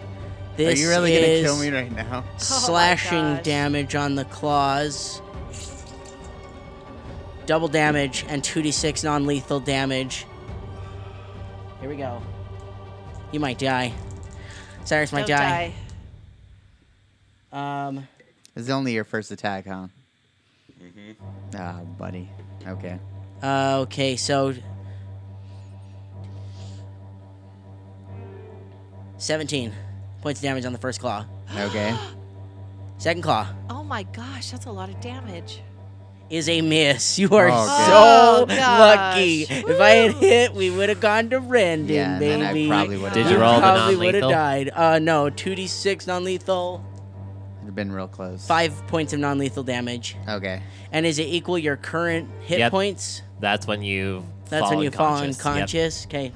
This
Are you really
is
gonna kill me right now?
slashing
Oh gosh.
damage on the claws. Double damage and 2d6 non lethal damage. Here we go. You might die. Cyrus might
Don't die.
Um,
It's only your first attack, huh?
Mm-hmm.
Ah, buddy. Okay.
uh, okay, so. 17 points of damage on the first claw.
Okay.
Second claw
Oh my gosh, that's a lot of damage.
is a miss. You are
Oh, good.
so
Oh, gosh.
lucky. If I had
Woo.
hit, we would have gone to Rendon,
yeah,
baby.
then I probably would
Did
you
you roll the
probably would have
non-lethal?
died. Uh, no, 2d6 non lethal,
have been real close.
5 points of non lethal damage.
Okay.
And is it equal your current hit
Yep.
points?
That's when you.
That's
fall
when you fall
unconscious. Yep.
unconscious. Okay.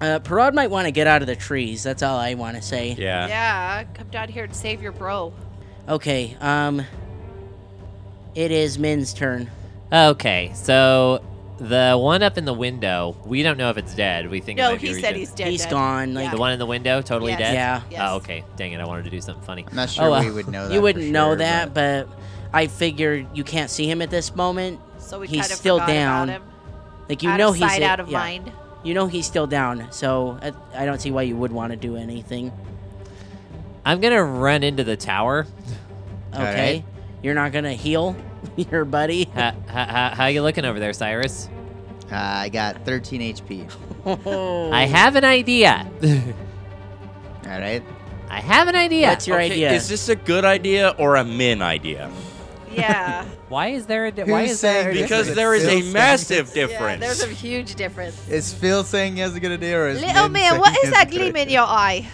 Uh, Parod might want to get out of the trees. That's all I want to say.
Yeah.
Yeah, come down here and save your bro.
Okay. Um. It is Min's turn.
Okay, so the one up in the window, we don't know if it's dead. We think it
No,
might be
he said
regen-
he's dead.
He's
dead.
gone. Like
Yeah.
The one in the window, totally
Yes.
dead.
yeah.
Yes.
Oh, okay. Dang it! I wanted to do something funny.
I'm not sure
well.
we would know Oh, that.
Oh, you
for
wouldn't know
sure,
that, but I figured you can't see him at this moment.
So we
He's
kind of
still
forgot about
down.
him.
Like you
out
know
of
he's
sight,
a-
out of
yeah.
mind.
You know he's still down, so I, I don't see why you would want to do anything.
I'm gonna run into the tower.
Okay,
All right.
you're not gonna heal your buddy.
How, how, how you looking over there, Cyrus?
Uh, I got 13 HP.
I have an idea.
All right.
I have an idea.
What's your idea?
Is this a good idea or a min idea?
Yeah.
why is there a di-
Who's
why is there a
saying
difference?
Because there is
Still
a
stands.
massive
yeah.
difference.
There's a huge difference.
Is Phil saying he has a good idea, or is
Little
Min
man,
saying
what
he
is
has a
that
good
gleam in
idea?
your eye?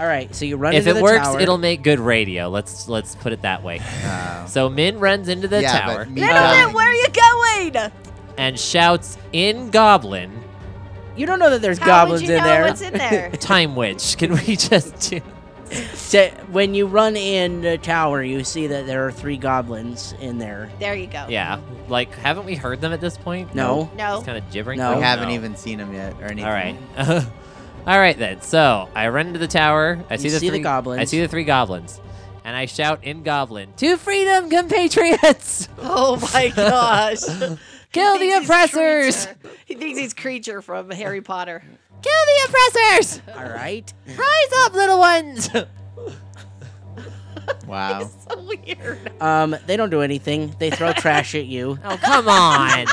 All right, so you run
if
into
it
the
works,
tower.
it'll make good radio. Let's let's put it that way.
Oh.
So Min runs into the
Um, yeah,
tower
But me
Little
dying-
man, where are you going?
and shouts in Goblin,
You don't know that there's
How
goblins
would you
in
know
there.
what's in there?
"Time Witch, can we just do?"
So when you run in the tower, you see that there are three goblins in there.
there you go.
Yeah, like haven't we heard them at this point?
No.
No.
It's kind of gibbering.
No.
We
Oh,
haven't even seen him yet, or anything.
All right. All right then. So I run into the tower. I
You
see the
see the
three
goblins.
I see the three goblins, and I shout in Goblin to freedom, compatriots!
Oh my gosh.
Kill the
He thinks he's
oppressors!
Creature. He thinks he's creature from Harry Potter.
Kill the oppressors!
All right.
Rise up, little ones!
Wow.
So weird.
Um, they don't do anything. They throw trash at you.
oh come on!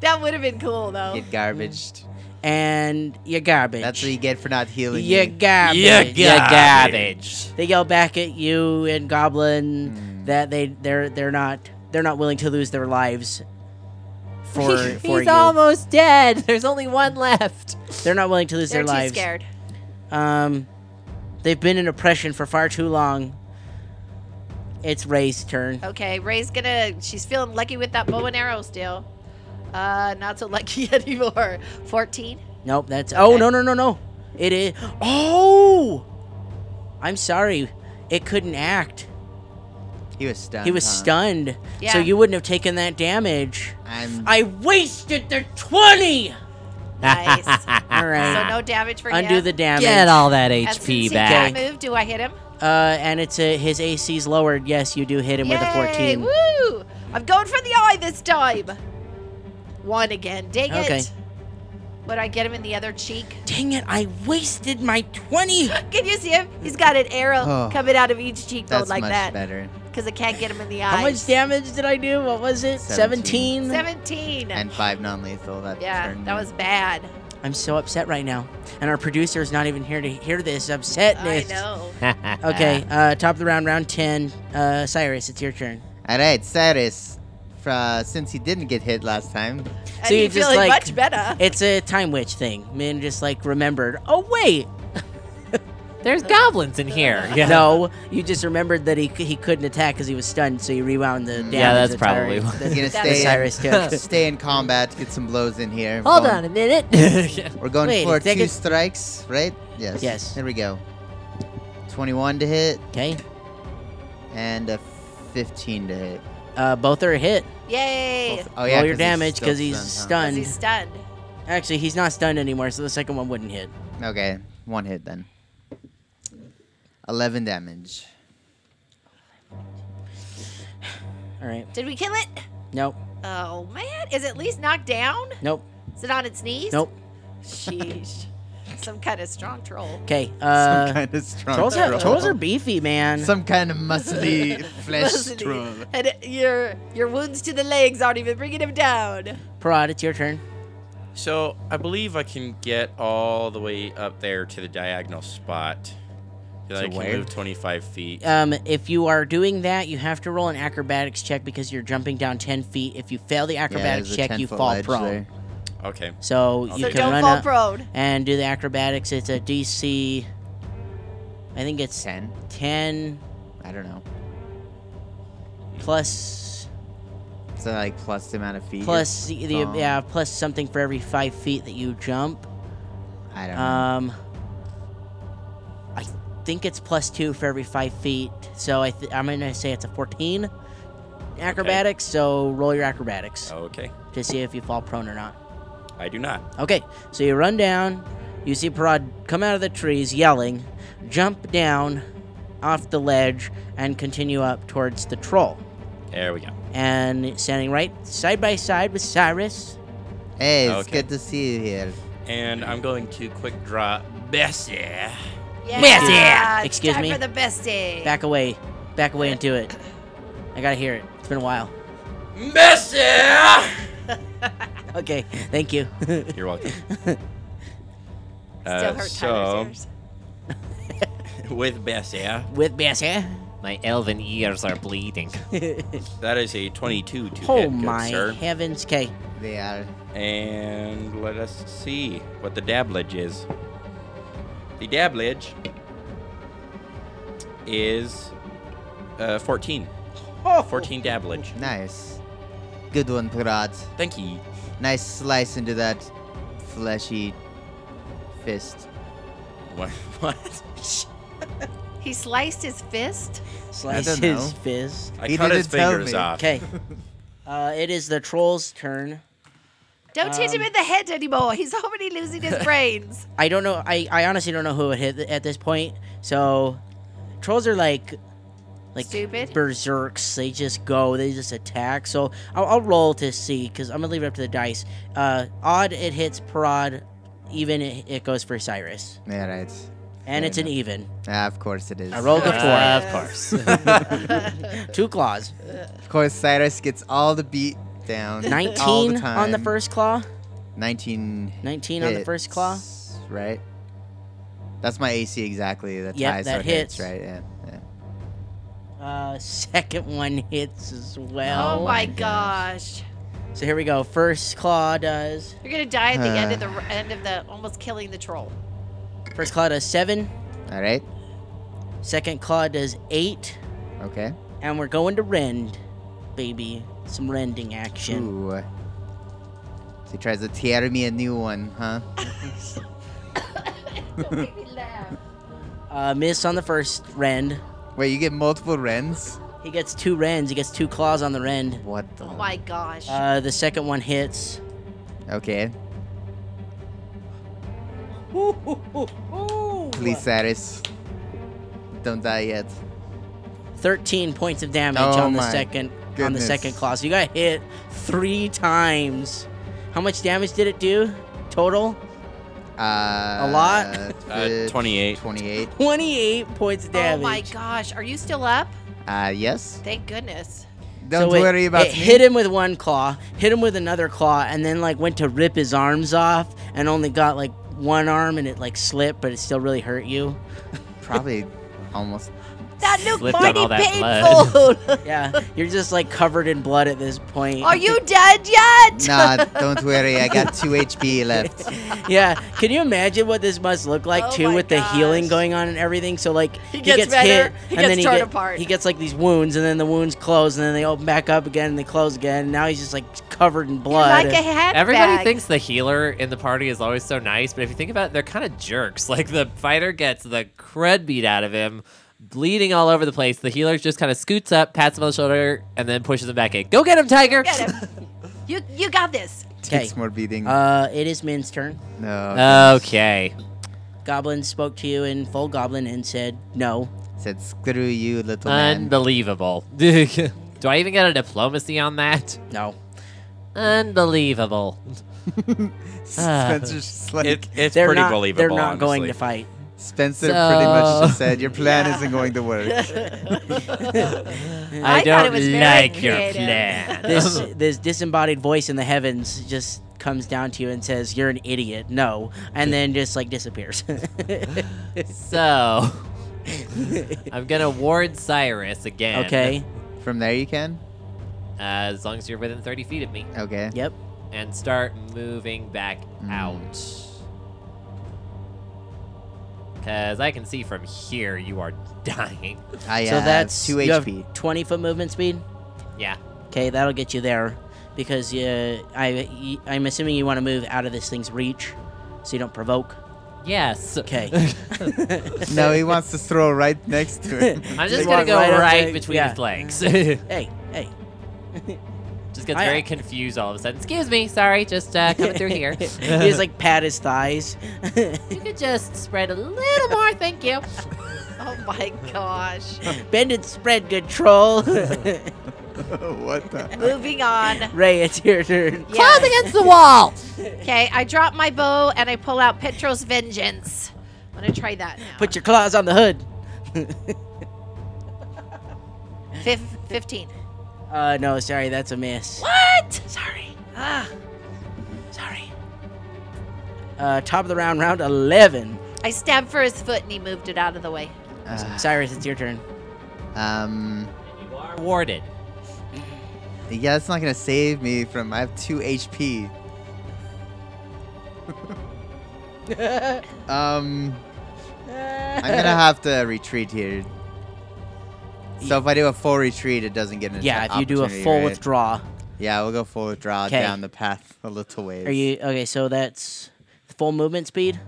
That would have been cool though.
Get garbaged.
and you're garbage.
That's what you get for not healing.
You're
me.
garbage.
Yeah,
you garbage.
They yell back at you and Goblin
Mm.
that they they're they're not they're not willing to lose their lives for for
He's
you.
almost dead. There's only one left.
They're not willing to lose
They're
their
too
lives.
scared.
Um, they've been in oppression for far too long. It's Ray's turn.
Okay, Ray's gonna. She's feeling lucky with that bow and arrow still. Uh, not so lucky anymore. Fourteen.
Nope, that's. Oh no no no no! It is. Oh, I'm sorry. It couldn't act.
He was stunned.
He was
huh?
stunned.
Yeah.
So you wouldn't have taken that damage.
I'm.
I wasted the twenty.
Nice.
All
so
right.
no damage for him.
Undo the damage.
Get all that
And since he
HP
can't
back.
Move? Do I hit him?
Uh, and it's a, his AC's lowered. Yes, you do hit him with a
Yay,
14.
Woo! I'm going for the eye this time. One again. Dang
Okay.
it. Would I get him in the other cheek?
Dang it, I wasted my 20.
Can you see him? He's got an arrow
Oh.
coming out of each cheekbone
That's
like
much
that
better.
because I can't get him in the
How
eye.
much damage did I do? What was it? 17?
Seventeen.
17.
And five non-lethal. That
yeah,
turned
that
me.
was bad.
I'm so upset right now. And our producer is not even here to hear this upsetness.
I know. Ah.
Okay, uh, top of the round, round 10. Uh, Cyrus, it's your turn.
All right, Cyrus. Fra, since he didn't get hit last time,
And
So you
he's
just,
feeling
like-
much better.
It's a time witch thing. Min just like remembered, oh, wait.
There's goblins in here. Yeah.
No, you just remembered that he, he couldn't attack because he was stunned, so you rewound the damage.
Mm. Yeah, that's
that Cyrus-
probably what-
that-
he's gonna
That
that
is-
stay
Cyrus took.
in, stay in combat, get some blows in here.
Hold
Going-
on a minute. Yeah.
We're going
Wait a
for two
second.
strikes, right? Yes.
Yes.
Here we go. 21 to hit
Okay,
and a 15 to hit.
uh, both are a hit.
Yay.
Both- Oh,
Roll your
'cause he's
damage
still
because he's
huh?
'Cause
stunned.
he's stunned.
Actually, he's not stunned anymore, so the second one wouldn't hit.
Okay, one hit then. 11 damage.
All right.
Did we kill it?
Nope.
Oh, man. Is it at least knocked down?
Nope.
Is it on its knees?
Nope.
Sheesh. Some kind of strong troll.
Okay.
some
Uh,
kind of strong
trolls, are,
troll.
trolls are beefy, man.
Some kind of muscly flesh
Wasn't he?
troll.
And uh, your your wounds to the legs aren't even bringing him down.
Parad, it's your turn.
So I believe I can get all the way up there to the diagonal spot. 'Cause
To
I can
where?
move 25 feet.
Um, if you are doing that, you have to roll an acrobatics check because you're jumping down 10 feet. If you fail the acrobatics
there's a
check, you
10-foot
fall
ledge
prone.
there.
Okay.
So
So
you
so
can
don't
run
fall
up
prone.
and do the acrobatics. It's a DC. I think it's
10?
10
I don't know.
plus
So uh, like plus the amount of feet.
plus the, the
Um,
yeah plus something for every five feet that you jump.
I don't know.
Um, I think it's plus two for every five feet. So I th- I'm gonna say it's a 14 acrobatics. So roll your acrobatics
Okay.
to see if you fall prone or not.
I do not.
Okay, so you run down. You see Parad come out of the trees yelling, jump down off the ledge, and continue up towards the troll.
There we go.
And standing right side by side with Cyrus.
Hey, it's
okay.
good to see you here.
And I'm going to quick draw Bessie.
Yeah.
Bessie!
it's
Excuse
time
me?
for the best day.
Back away. Back away and do it. I gotta hear it. It's been a while.
Bessie!
Okay, thank you.
You're welcome. Uh,
Still hurt
so,
Tyler's ears.
with Bessie,
with Bessie.
My elven ears are bleeding.
that is a 22 to
oh
hit, good
my
sir.
heavens. Okay.
They are.
And let us see what the dablage is. The dablage is uh, 14.
Oh,
14 dablage.
Nice. Good one, Pirat.
Thank you.
Nice slice into that fleshy fist.
What? what?
He sliced his fist.
Slice
don't
his
know.
fizz.
I
He
cut his
didn't tell
fingers
me.
off.
Okay. Uh, it is the troll's turn.
Don't hit him
Um,
in the head anymore. He's already losing his brains.
I don't know. I, I honestly don't know who it hit at this point. So, trolls are like, like
Stupid.
berserks. They just go. They just attack. So I'll, I'll roll to see because I'm gonna leave it up to the dice. Uh, odd it hits Parad, even it, it goes for Cyrus,
Yeah, right.
and
Fair
it's an
enough.
even.
Ah, of course it is.
I rolled a four.
Uh, of course.
Oh
Two claws.
Of course, Cyrus gets all the beat down. all
Nineteen
the time.
on the first claw.
19.
Nineteen on the first claw.
hits, Right? That's my AC exactly. That's
Yep,
high, so
that
it hits.
hits.
right? Yeah. yeah.
Uh, second one hits as well.
Oh, my gosh.
So here we go. First claw does.
You're gonna die at the end of
Uh.
the end of the almost killing the troll.
First claw does seven.
All right.
Second claw does eight.
Okay.
And we're going to rend, baby. Some rending action.
Ooh. So he tries to tear me a new one, huh?
Uh, miss on the first rend.
Wait, you get multiple rends?
He gets two rends. He gets two claws on the rend.
What the?
Oh my gosh.
Uh, the second one hits.
Okay.
Ooh, ooh, ooh, ooh.
Please, Cyrus. Don't die yet.
Thirteen points of damage
Oh
on the
my
second on the
goodness.
second claw. So you got hit three times. How much damage did it do total?
Uh,
lot?
Uh, 28.
28.
Twenty-eight points of
oh
damage.
my gosh. Are you still up?
Uh, yes.
Thank goodness.
Don't
so it-
worry about
it
me.
hit him with one claw, hit him with another claw, and then like went to rip his arms off, and only got like one arm, and it like slipped, but it still really hurt you.
Probably almost.
That looked
Slipped on
mighty
all that
painful.
Yeah, you're just like covered in blood at this point.
Are you dead yet?
Nah, don't worry. I got 2 HP left.
Yeah. Can you imagine what this must look like
Oh
too,
my
with the healing
gosh.
going on and everything? So like he,
gets better,
hit,
he
and
gets
then he,
torn
get-
apart.
he gets like these wounds, and then the wounds close, and then they open back up again, and they close again. And now he's just like covered in
You're
blood.
like a hat
Everybody thinks the healer in the party is always so nice, but if you think about it, they're kind of jerks. Like the fighter gets the crud beat out of him, bleeding all over the place. The healer just kind of scoots up, pats him on the shoulder, and then pushes him back in. Go get him, Tiger!
Get him. you you got this.
okay.
It's more beating.
Uh, it is Min's turn.
no.
Okay.
Goblin spoke to you in full goblin and said, "No,
Said screw you, little man.
Unbelievable. Do I even get a diplomacy on that?
no."
Unbelievable.
Spencer's just like
It, it's
They're
pretty
not,
believable.
They're not going
honestly.
to fight.
Spencer pretty much
So-
just said your plan
Yeah.
isn't going to work.
I,
I thought it
don't
was very
like your
creative.
plan.
this this disembodied voice in the heavens just comes down to you and says, "You're an idiot." No, and then just like disappears.
so I'm gonna ward Cyrus again.
okay.
From there you can?
as long as you're within 30 feet of me,
Okay.
Yep.
and start moving back
Hmm.
Mm.
out. Because I can see from here you are dying.
I
so
have
that's
two
you have
HP.
20 foot movement speed.
Yeah.
Okay, that'll get you there because you, I, y- I'm assuming you want to move out of this thing's reach, so you don't provoke.
Yes.
Okay.
no, he wants to throw right next to him.
I'm
Just
just gonna
walk
go
right
right,
up there,
between
yeah.
his legs. just
hey, hey.
gets
I-
very confused all of a sudden. Excuse me, sorry, just uh, coming through here.
he just like pat his thighs.
you could just spread a little more, thank you.
Oh my gosh.
Bend and spread, good troll.
what the?
Moving on.
Ray, it's your turn.
Yes.
against the wall.
Okay, I drop my bow and I pull out Petro's Vengeance. I'm gonna try that now.
Put your claws on the hood.
Fif- 15.
Uh, no, sorry, that's a miss.
What? Sorry. Ah,
Sorry. Uh, top of the round, round 11.
I stabbed for his foot and he moved it out of the way.
Uh,
Cyrus, it's your turn.
um,
You are warded.
yeah, it's not gonna save me from. I have two HP. Um, I'm gonna have to retreat here. So if I do a full retreat, it doesn't get an
yeah,
attack
if you do a
opportunity,
full
right?
withdrawal.
Yeah, we'll go full withdrawal
'Kay.
down the path a little ways.
Are you okay? So that's full movement speed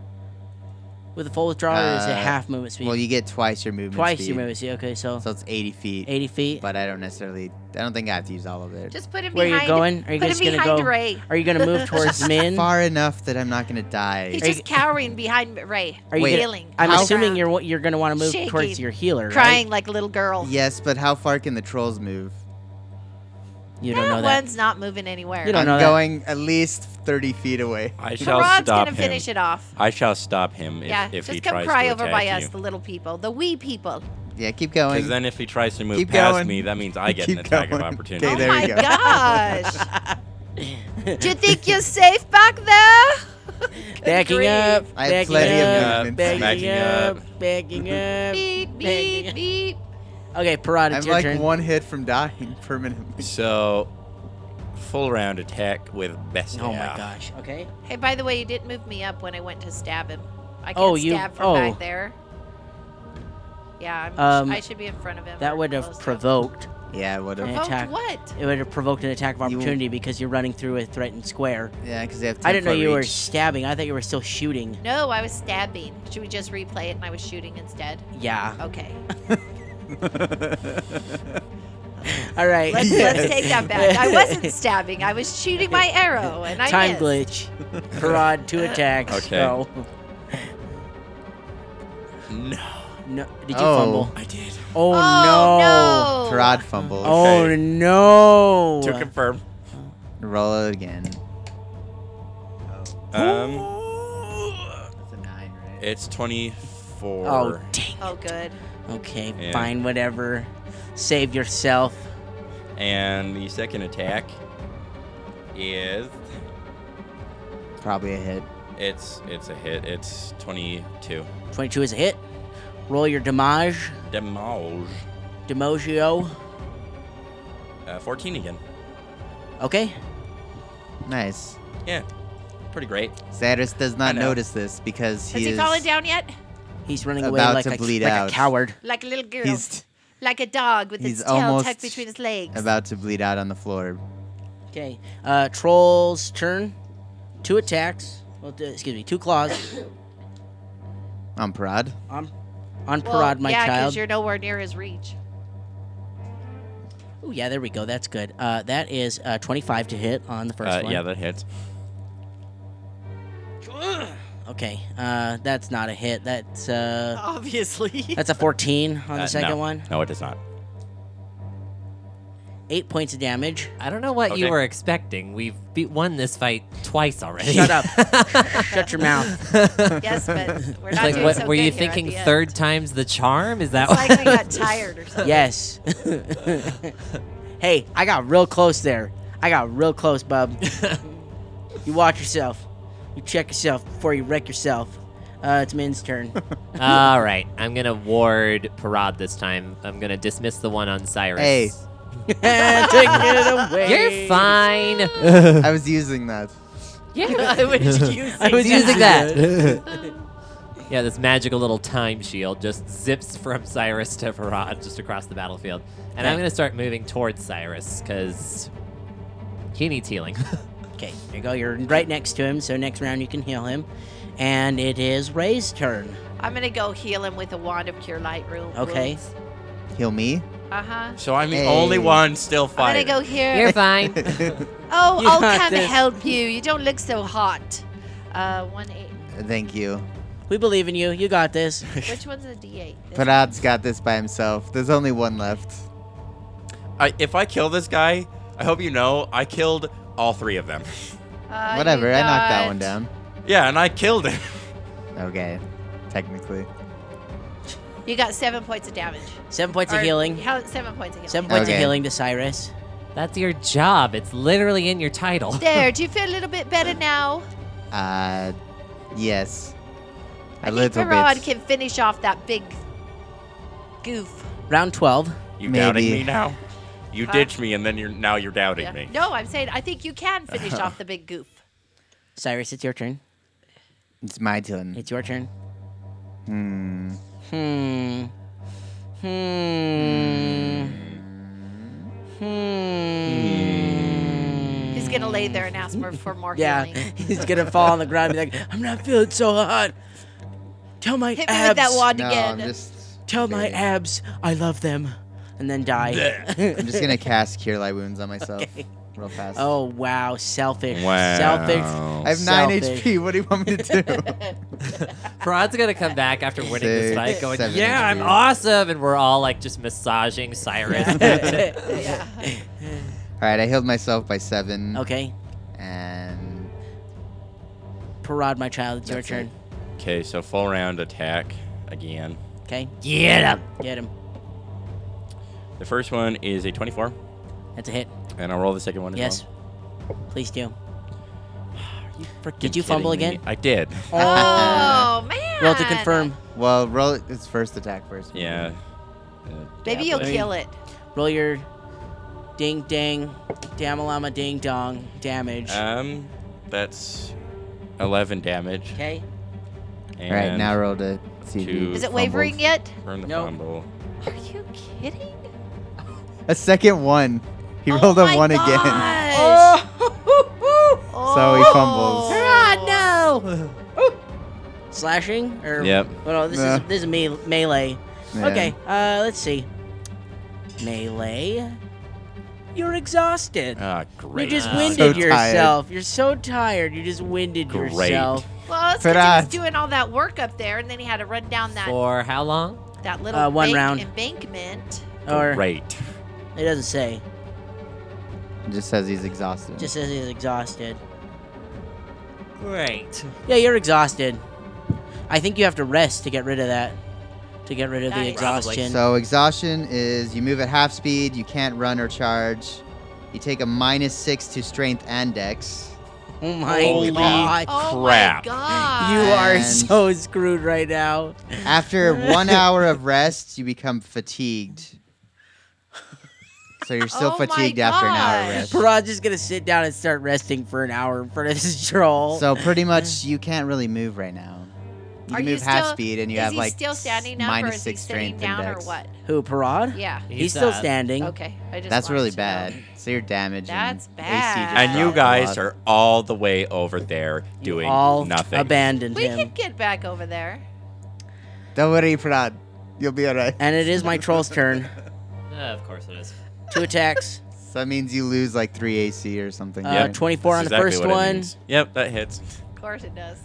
with a full withdrawal, or is it
Uh,
half movement speed?
Well, you get twice your movement.
Twice
speed.
your movement speed. Okay, so,
So it's 80 feet.
80 feet.
But I don't necessarily. I don't think I have to use all of it.
Just put him
Where are you
behind.
going? Are you
put
just
him
gonna
behind
go?
Ray.
Are you gonna move towards Min?
far enough that I'm not gonna die.
He's
Are you-
just cowering behind Ray.
Are you
Wait.
healing?
I'm
on the
assuming
ground,
you're wa- you're gonna want to move
Shaky.
towards your healer,
crying like a little girl.
yes, but how far can the trolls move?
right? You don't
That
know that.
one's not moving anywhere.
You don't
I'm
know that.
going at least 30 feet away.
I shall
Karad's
stop
gonna
him.
finish it off.
I shall stop him if,
yeah,
if he
just come
tries
cry
to
over
attack
by
you.
us, the little people, the wee people.
Yeah, keep
Because
going.
then if he tries to move
Keep
past
going.
me, that means I get
Keep
an attack
going.
of opportunity.
Okay,
oh
there
my
you go.
gosh! Do you think you're safe back there? Good
Backing
grief.
up,
I have
backing
plenty of
up,
movement.
backing
Backing
up,
up.
backing up.
Beep
Backing
beep
up.
beep.
Okay, Parada,
I'm
it's your
like
turn.
one hit from dying permanently.
So, full round attack with Bessie.
Oh my gosh. Okay.
Hey, by the way, you didn't move me up when I went to stab him. I can't
Oh, you-
stab from
oh.
back there. Yeah, I'm,
Um,
I should be in front of him.
That
or
would have
close to him.
provoked.
Yeah, what a.
Yeah.
Provoked
attack.
what?
It would have provoked an attack of
You-
opportunity because you're running through a threatened square.
Yeah, because they have 10
I didn't know
foot
you were
reach.
stabbing. I thought you were still shooting.
No, I was stabbing. Should we just replay it and I was shooting instead?
Yeah.
Okay.
All right.
Let's, let's take that back. I wasn't stabbing. I was shooting my arrow, and I
Time
missed.
glitch. Parad, two attacks.
Okay.
No.
No,
no. Did you
Oh.
fumble?
I did.
Oh, no.
Oh, no.
Parad fumble.
Oh
Okay.
no.
To confirm.
Roll it again.
Um,
That's a nine, right?
it's 24.
Oh dang.
Oh, good.
Okay,
Yeah.
fine, whatever. Save yourself.
And the second attack is
Probably a hit.
it's it's a hit. It's 22.
Twenty-two is a hit. Roll your damage.
Damage.
Demogio.
Uh, 14 again.
Okay.
Nice.
Yeah, pretty great.
Cyrus does
I
not
know.
notice this because
Has
he
he
is.
fallen down yet?
He's running away
About
like,
to
a,
bleed
like
out.
a coward.
Like a little girl,
He's
like a dog with
he's
its tail
almost
tucked between its legs.
about to bleed out on the floor.
Okay. Uh, troll's turn. Two attacks. Well, d- excuse me, two claws
I'm Parad.
on on
well,
Parad, my
yeah,
child.
because you're nowhere near his reach.
Oh yeah, there we go. That's good. Uh, that is uh, 25 to hit on the first
Uh,
one.
yeah, that hits.
Okay. Uh, that's not a hit. That's uh,
Obviously.
that's a 14 on
Uh,
the second
no.
one.
No, it does not.
eight points of damage.
I don't know what you
Okay.
were expecting. We've beat, won this fight twice already.
Shut up. Shut your mouth.
Yes, but we're
It's
not
like,
doing
what,
so
were
good
you
here at
thinking
the end.
third time's the charm? Is that
It's like we got tired or something.
Yes. hey, I got real close there. I got real close, bub. you watch yourself. You check yourself before you wreck yourself. Uh, it's Min's turn.
All right, I'm gonna ward Parad this time. I'm gonna dismiss the one on Cyrus.
Hey.
Taking it away.
You're fine.
I was using that.
Yeah, I was using
I was
using
that.
yeah, this magical little time shield just zips from Cyrus to Parad just across the battlefield, and I'm
Okay.
gonna start moving towards Cyrus because he needs healing.
okay, there you go. You're right next to him, so next round you can heal him. And it is Ray's turn.
I'm gonna go heal him with a wand of cure light room.
Okay.
Heal me.
Uh huh.
So I'm the
Hey.
only one still
I'm
fighting.
gonna go here.
You're fine.
Oh,
You
I'll
got
come
this.
help you. You don't look so hot. Uh, one eight.
Thank you.
We believe in you. You got this.
Which one's a D eight?
Parad's got this by himself. There's only one left.
I, if I kill this guy, I hope you know I killed all three of them.
Uh, you
Whatever, I knocked that one
got-
down.
Yeah, and I killed him.
Okay, technically.
You got seven points of damage.
Seven points of
Or
healing.
How, seven points of healing.
Seven points of
Okay.
healing to Cyrus.
That's your job. It's literally in your title.
There. Do you feel a little bit better now?
Uh, yes. A
I think
little
Parad
bit.
can finish off that big goof.
Round 12.
You doubting
Maybe.
me now? You
Huh?
ditched me, and then you're now you're doubting
Yeah.
me.
No, I'm saying I think you can finish off the big goof.
Cyrus, it's your turn.
It's my turn.
It's your turn.
Hmm.
Hmm. Hmm. Hmm.
He's gonna lay there and ask for, for more
Yeah,
healing.
he's gonna fall on the ground and be like, I'm not feeling so hot. Tell my
Hit me
abs.
with that wand
No,
again.
I'm just.
Tell my
kidding.
abs I love them. And then die.
I'm just gonna cast Cure Light Wounds on myself, real fast.
Oh, wow. Selfish.
Wow.
Selfish.
I have nine
selfish.
HP. What do you want me to do?
Parad's gonna come back after winning this
Six,
fight, going,
seven,
"Yeah, I'm
eight."
awesome," and we're all like just massaging Cyrus.
yeah.
All right, I healed myself by seven.
okay.
And
Parad, my child, it's your
That's it.
turn.
Okay, so full round attack again.
Okay.
Get him.
Get him.
The first one is a 24,
That's a hit.
and I'll roll the second one. As
Yes. Please do.
Well. Are you freaking
Did you fumble
kidding me?
again?
I did.
Oh man.
Roll to confirm.
well, roll its first attack first.
Yeah. Uh,
Maybe
yeah,
you'll
but-
kill it.
Roll your ding dang, damalama ding dong damage.
Um, that's 11 damage.
okay.
And
All right, now roll to
two.
see.
Is it wavering yet?
Burn the
Nope.
fumble.
Are you kidding?
A second one. He
Oh
rolled a
my
one again.
gosh.
Oh! So he fumbles.
Oh, no.
Slashing or
Yep.
Well, no, this
Nah.
is this is me- melee.
Yeah.
Okay. Uh, let's see. Melee. You're exhausted.
Ah, great.
You just
Wow.
winded
Uh, So tired.
yourself. You're so tired. You just winded
Great.
yourself.
Well, it's 'cause he was
Pirat.
doing all that work up there, and then he had to run down that
For how long?
that little
Uh, one
bank-
round.
embankment.
Or
great.
it doesn't say.
It just says he's exhausted.
It just says he's exhausted.
Great.
Yeah, you're exhausted. I think you have to rest to get rid of that. To get rid of the
Nice.
Probably.
exhaustion.
so exhaustion is you move at half speed, you can't run or charge. You take a minus six to strength and dex.
oh my
Holy
god.
Oh
Crap.
my
You
god!
are
And-
so screwed right now.
After one hour of rest, you become fatigued. So you're still
Oh my
fatigued after an hour of
gosh.
rest.
Parad's just gonna sit down and start resting for an hour in front of this troll.
So pretty much you can't really move right now. You
Are
can
you
move half
still-
speed and you
is
have
he
like
still
s-
standing up, or
minus
is he
six
sitting
strength
down,
and
or
dex.
what?
Who, Parad?
Yeah.
He's, still
up.
standing.
Okay. I just
That's
wanted
really
to know.
bad. So you're damaged.
That's bad.
And you guys are all the way over there
You
doing
all
nothing.
abandoned
We
him.
can get back over there.
Don't worry, Prad. You'll be alright.
And it is my troll's turn.
Uh, of course it is.
Two attacks.
So that means you lose like three AC or something.
Uh,
right?
24 on
That's
the
exactly
first
what it
one,
means. Yep, that hits.
Of course it does.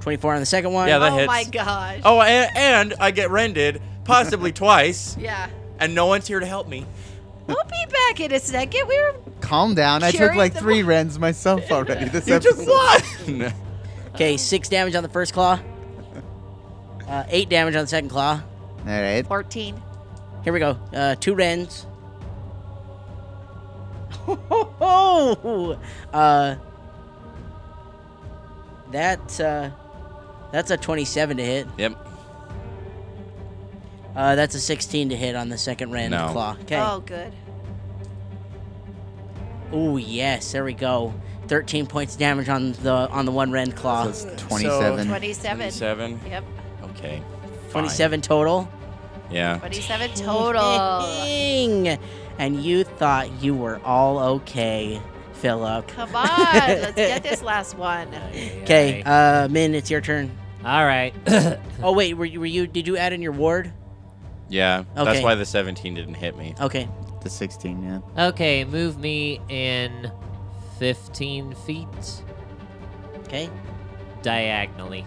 24 on the second one.
Yeah, that
oh
hits.
my gosh.
Oh, and, and I get rended possibly twice,
Yeah.
and no one's here to help me.
We'll be back in a second. We were
Calm down. I took
Curing
like
the
three Rens myself already. This
You just
episode.
won.
Okay, six damage on the first claw. Uh, eight damage on the second claw.
All right.
14.
Here we go. Uh, two Rens. Uh, that, uh, that's a 27 to hit.
yep.
Uh, that's a 16 to hit on the second Ren
No.
claw. Okay.
Oh, good.
Oh yes, there we go. Thirteen points damage on the on the one rend claw.
So it's 27.
27.
27.
Yep.
Okay.
Twenty-seven total.
Yeah.
27 total.
Dang. And you thought you were all okay, Philip.
Come on. Let's get this last one.
Okay, uh, Min, it's your turn.
All right.
Oh wait, were you, were you? Did you add in your ward?
Yeah. That's
Okay.
why the 17 didn't hit me.
Okay.
The 16, yeah.
okay, move me in 15 feet
Okay.
diagonally.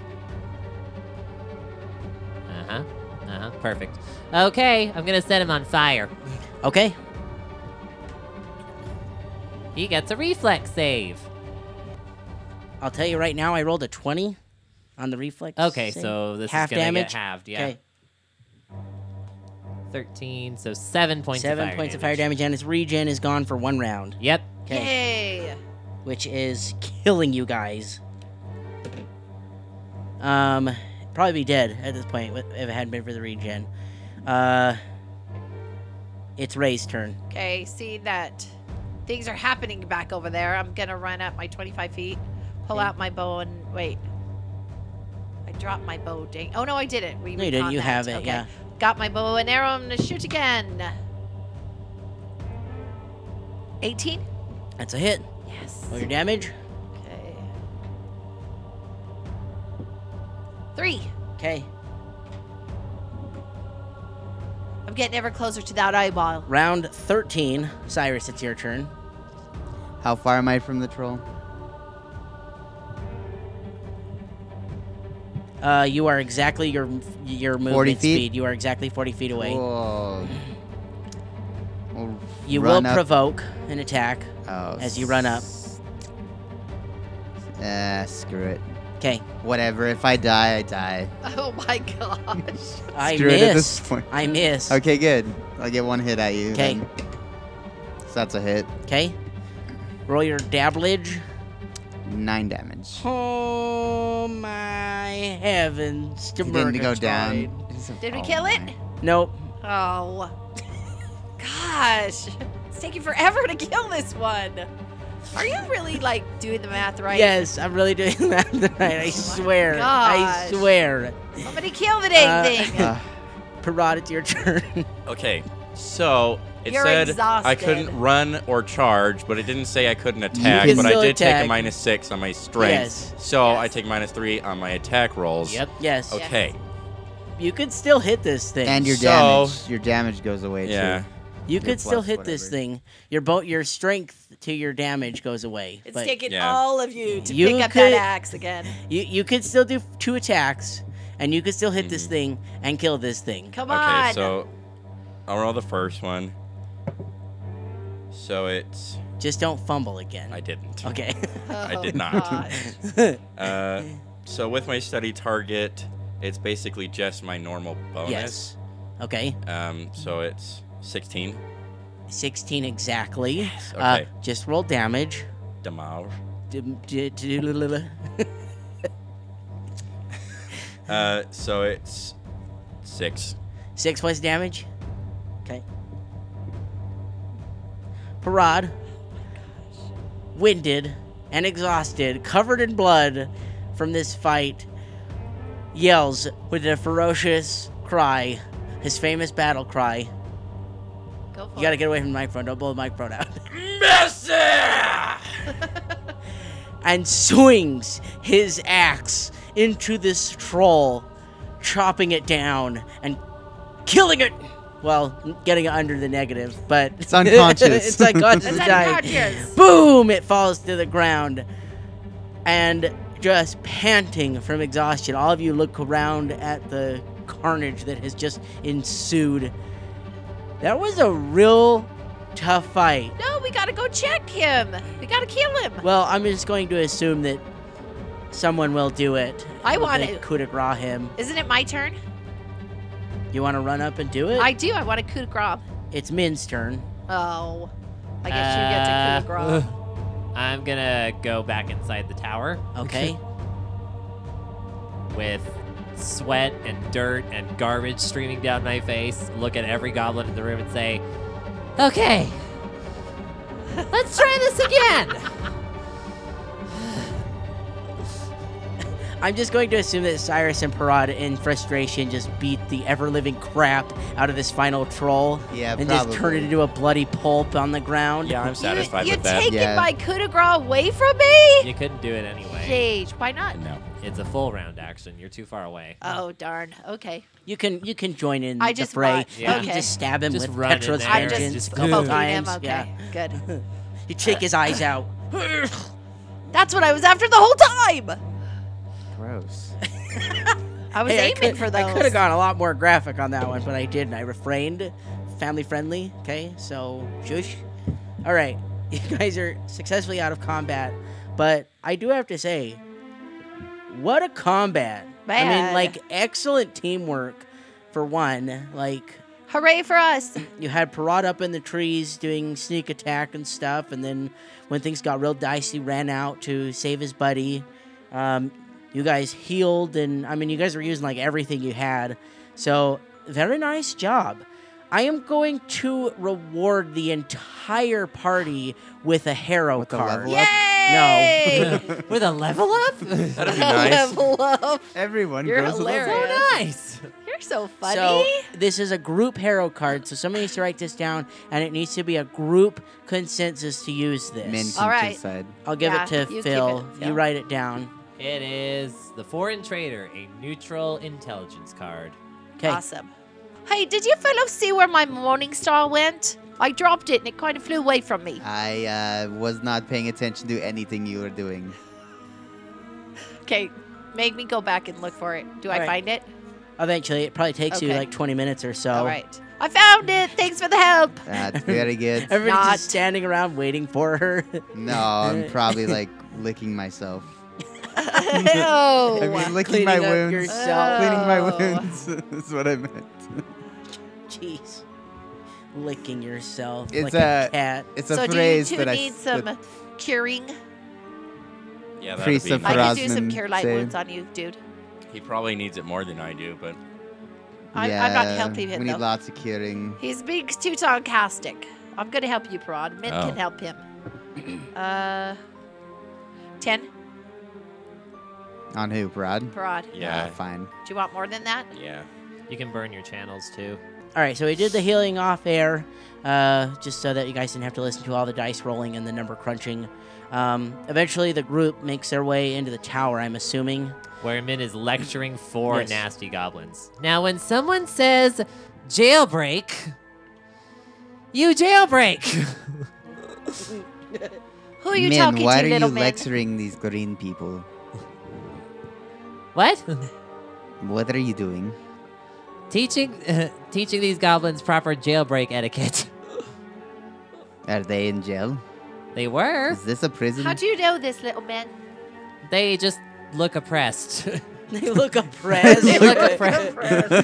Uh huh. Uh huh. Perfect. Okay, I'm gonna set him on fire.
Okay.
He gets a reflex save.
I'll tell you right now, I rolled a twenty on the reflex.
Okay,
save.
so this
half
is gonna
damage.
get halved. Yeah.
Okay.
13, so seven points.
Seven
of fire
points
damage.
of fire damage, and his regen is gone for one round,
Yep.
Yay.
which is killing you guys. Um, probably be dead at this point wi- if it hadn't been for the regen. Uh, it's Ray's turn.
Okay, see that things are happening back over there. I'm gonna run up my 25 feet, pull out my bow, and wait. I dropped my bow. Dang. Oh no, I didn't. We
No, you didn't.
recon
You
that.
have it,
Okay.
yeah.
Got my bow and arrow. I'm gonna shoot again. 18.
That's a hit.
Yes.
Roll your damage.
Okay. Three.
Okay.
I'm getting ever closer to that eyeball.
Round 13. Cyrus, it's your turn.
How far am I from the troll?
Uh, you are exactly your your movement
40 feet?
speed. You are exactly 40 feet away.
Whoa. We'll
You
run
will
up-
provoke an attack.
oh,
as you run up.
s- Ah, screw it.
Okay.
Whatever. If I die, I die.
Oh my gosh.
I
Screw it at this
missed.
point.
I missed.
Okay, good. I'll get one hit at you.
'Kay.
then. So that's a hit.
Okay. Roll your dabblage.
Nine damage.
Oh my heavens! To
He didn't go down.
Did we
Oh
kill it?
my.
Nope.
Oh. Gosh. It's taking forever to kill this one. Are you really like doing the math right? Oh
Yes, I'm really doing that tonight. I swear. I
gosh.
swear.
Somebody kill the dang
Uh,
thing.
Ah,
Parrot, it's your turn.
Okay. So it
You're
said I
exhausted.
couldn't run or charge, but it didn't say I couldn't attack.
can
But I
still
did take
attack.
a minus six on my strength. So I
Yes.
take minus three on my attack rolls.
Yep.
yes.
Okay.
Okay.
You could still hit this thing.
and your
So-
damage. Your damage goes away
Yeah.
too.
you
your
could still
plus
hit this
whatever.
thing. Your bo- your strength to your damage goes away.
It's
but
taking
yeah.
all of you to
You
pick up
could-
that axe again.
you you could still do two attacks, and you could still hit
Mm-hmm.
this thing and kill this thing.
Come
Okay.
on.
So I'll roll the first one. So it's
Just don't fumble again.
I didn't.
okay.
I did
Oh,
not.
gosh.
Uh, so with my study target, it's basically just my normal bonus.
yes. Okay.
Um, so it's 16
16 exactly. Uh,
Okay.
just roll damage.
damage.
Dim- di- di- di- di- di-
Uh, so it's six.
Six points damage. Okay. Parad, winded and exhausted, covered in blood from this fight, yells with a ferocious cry, his famous battle cry.
Go for
You gotta
it.
get away from the microphone. Don't blow the microphone out.
Mercy!
and swings his axe into this troll, chopping it down and killing it. Well, getting it under the negative, but
It's unconscious.
it's unconscious.
It's
it died.
unconscious.
Boom! It falls to the ground, and just panting from exhaustion, all of you look around at the carnage that has just ensued. That was a real tough fight.
No, we gotta go check him. We gotta kill him.
Well, I'm just going to assume that someone will do it.
I want
They
it.
Coup de grace him.
Isn't it my turn?
You want to run up and do it?
I do. I want a coup de grace.
It's Min's turn.
Oh, I guess you get
Uh,
to coup de grace.
Uh, I'm gonna go back inside the tower
Okay.
with sweat and dirt and garbage streaming down my face. Look at every goblin in the room and say, "Okay, let's try this again."
I'm just going to assume that Cyrus and Parada, in frustration, just beat the ever living crap out of this final troll
Yeah,
and
probably.
just turn it into a bloody pulp on the ground.
Yeah, I'm satisfied
you,
with that.
You're taking
Yeah.
my coup de grace away from me?
you couldn't do it anyway.
Jeez, why not?
no.
It's a full round action. You're too far away.
Oh, darn. Okay.
You can you can join in
I
the
just
fray.
want-
You
okay.
can just stab him
Just
with
run in
Petra's
there
I'm
and
vengeance
just
a
go
couple
poking
times.
him. Okay,
Yeah.
good.
You take his eyes out.
That's what I was after the whole time.
Gross.
I was
Hey,
aiming
could,
for those.
I could have gone a lot more graphic on that one, but I didn't. I refrained. Family friendly. Okay, so shush. All right, you guys are successfully out of combat, but I do have to say, what a combat! I mean,
Man.
like excellent teamwork for one. Like
Hooray for us.
you had Parad up in the trees doing sneak attack and stuff, and then when things got real dicey, ran out to save his buddy. Um, you guys healed, and I mean, you guys were using like everything you had. So, very nice job. I am going to reward the entire party with a harrow
With a
card.
level up?
Yay! No.
With a level up?
That'd be nice.
Level up.
Everyone
You're
goes with
hilarious.
us.
nice.
You're so funny.
So this is a group harrow card. So somebody needs to write this down, and it needs to be a group consensus to use this.
Min keeps
All right.
inside.
I'll give
Yeah, you
it to
keep
Phil.
it, Phil.
You write it down.
It is the Foreign Trader, a neutral intelligence card.
Okay.
Awesome. Hey, did you fellows see where my morning star went? I dropped it and it kind of flew away from me.
I uh, was not paying attention to anything you were doing.
Okay, make me go back and look for it. Do I
All right.
find it?
Eventually, it probably takes you
Okay.
like 20 minutes or so.
All right. I found it. Thanks for the help.
That's very good.
Everybody's
Not-
just standing around waiting for her.
No, I'm probably like licking myself. I mean,
Ew.
licking my
Cleaning up
wounds.
yourself.
Cleaning my
Oh.
wounds is what I meant.
Jeez. Licking yourself
It's
like a,
a-
cat.
It's a
so do you
phrase
two
that I
need
s-
some
that-
curing?
Yeah, that'd
Priest
be
of
I
nice.
could do some
Rasnan
cure light
say.
wounds on you, dude.
He probably needs it more than I do, but
I'm, I'm not
Yeah,
helping him
We
though.
need lots of curing.
He's being too sarcastic. I'm gonna help you, Parad. Mint
Oh.
can help him. Uh, ten,
On who, Parad?
Parad. Do
yeah,
Ah, fine.
you want more than that?
yeah.
You can burn your channels too.
All right, so we did the healing off air, uh, just so that you guys didn't have to listen to all the dice rolling and the number crunching. Um, eventually, the group makes their way into the tower, I'm assuming.
Where Min is lecturing four
Yes.
nasty goblins. Now, when someone says jailbreak, you jailbreak.
Who are you
Min,
talking
why
to,
are
little
you
man?
lecturing these green people?
what?
What are you doing?
teaching, teaching these goblins proper jailbreak etiquette.
Are they in jail?
They were.
Is this a prison?
How do you know this, little man?
They just look oppressed.
They look oppressed.
they look oppressed.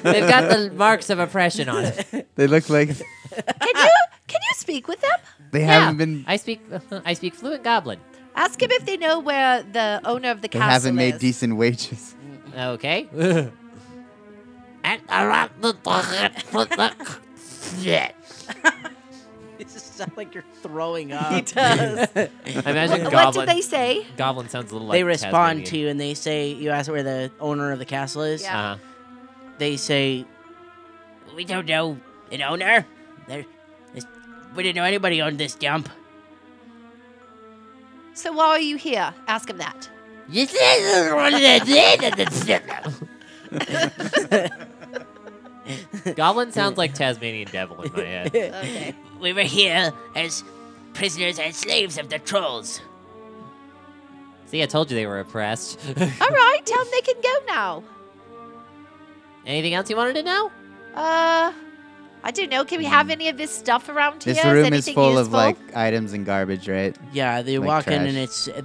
They've got the marks of oppression on it.
they look like
Can you can you speak with them?
they
Yeah.
haven't been.
I speak, I speak fluent goblin.
Ask him if they know where the owner of the
They
castle
haven't made
is.
decent wages.
Okay. And uh, around the shit.
It just sounds like you're throwing up.
He does.
I imagine
what do
goblin.
they say?
Goblin sounds a little like
they respond to you and they say, You ask where the owner of the castle is.
Yeah.
Uh,
they say, "We don't know an owner. There, this, we didn't know anybody owned this dump."
So why are you here? Ask him that.
goblin sounds like Tasmanian devil in my head.
Okay.
We were here as prisoners and slaves of the trolls.
See, I told you they were oppressed.
All right, tell them they can go now.
Anything else you wanted to know?
Uh, I don't know. Can we have any of this stuff around here?
This room is
anything
full of
useful?
like items and garbage, right?
Yeah, they
Like
walk in and
trash.
it's the,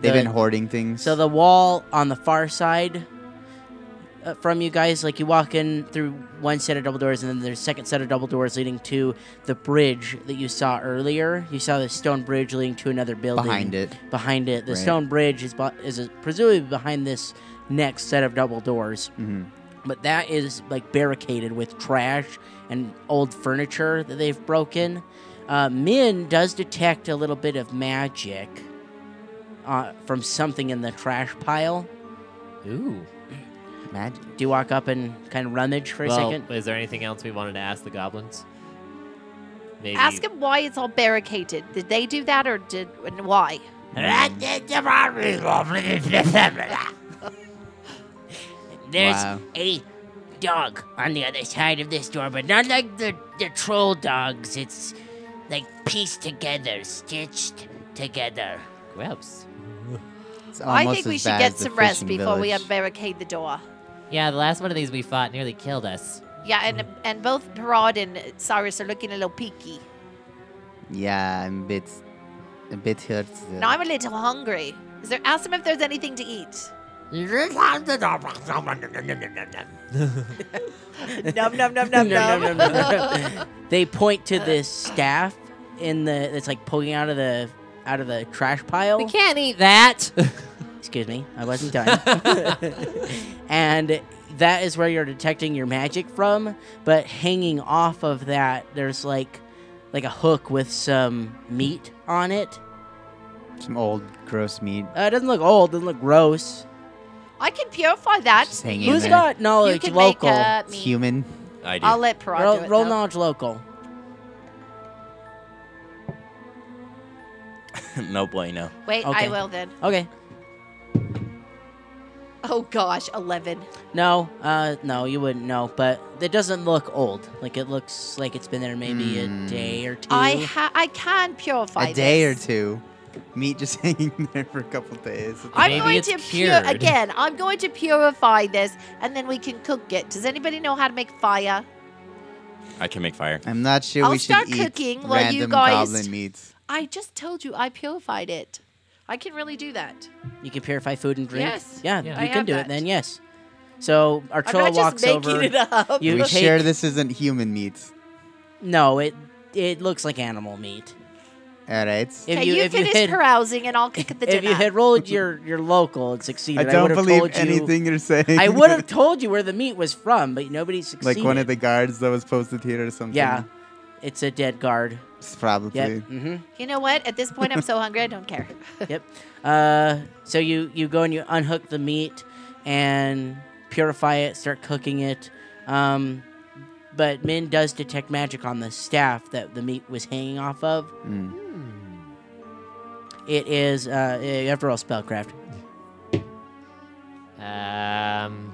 They've
the
been hoarding things.
so the wall on the far side uh, from you guys. Like you walk in through one set of double doors, and then there's a second set of double doors leading to the bridge that you saw earlier. You saw the stone bridge leading to another building
behind it.
Behind it, the
Right.
stone bridge is bu- is uh, presumably behind this next set of double doors.
hmm
but that is like barricaded with trash and old furniture that they've broken. Uh, Min does detect a little bit of magic uh, from something in the trash pile.
Ooh.
Magic.
Do you walk up and kind of rummage for a
well,
second?
is there anything else we wanted to ask the goblins? Maybe.
Ask them why it's all barricaded. Did they do that or did and why?
There's
Wow.
a dog on the other side of this door, but not like the, the troll dogs. It's like pieced together, stitched together.
Webs.
It's
I
almost
think we
as
should
Oh, bad
get
as the
some rest
fishing
before we
village.
unbarricade the door.
Yeah, the last one of these we fought nearly killed us.
Yeah, and and both Parad and Cyrus are looking a little peaky.
Yeah, I'm a bit, a bit hurt. still.
Now I'm a little hungry. Is there? Ask them if there's anything to eat. num num num num
No, no,
num.
no, no, no. they point to this staff in the that's like poking out of the out of the trash pile.
can't eat that.
Excuse me, I wasn't done. and that is where you're detecting your magic from. But hanging off of that, there's like like a hook with some meat on it.
Some old gross meat.
Uh, it doesn't look old. Doesn't look gross.
I can purify that.
Just hanging
Who's
there.
got
You
knowledge
can
Oh, local?
make uh,
It's
me.
human.
I do.
I'll let Parad do
roll
it.
roll
though.
knowledge local.
no bueno.
Wait,
Okay.
I will then.
Okay.
Oh gosh, eleven.
No, uh, no, you wouldn't know. But it doesn't look old. Like it looks like it's been there maybe
Hmm.
a day or two.
I ha- I can purify
A day or
this.
two. Meat just hanging there for a couple days.
I'm
Maybe
going
it's
to pure
cured.
again. I'm going to purify this, and then we can cook it. Does anybody know how to make fire?
I can make fire.
I'm not sure
I'll
we should
start
eat
cooking
random
while you guys-
goblin meats.
I just told you I purified it. I can really do that.
You can purify food and drink.
Yes.
Yeah,
Yeah.
I
you can
have
do it
that.
then. Yes. So
I'm
Artrilla
not
walks
just making
over.
it up.
You
we
take-
sure this isn't human meat.
No, it it looks like animal meat.
All right.
If
okay,
you,
you,
if
finish
you had,
carousing, and I'll kick at the
if
dinner.
you had rolled your your local and
I
succeeded, I,
don't
would have
believe
told you.
anything you, are saying.
I would have told you where the meat was from, but nobody succeeded.
like one of the guards that was posted here or something.
Yeah, it's a dead guard.
It's probably.
Yep. Mm-hmm.
you know what? At this point, I'm so hungry, I don't care.
Yep. Uh, so you you go and you unhook the meat and purify it, start cooking it. Um, but Min does detect magic on the staff that the meat was hanging off of.
Mm.
It is uh, you have to roll spellcraft.
Um,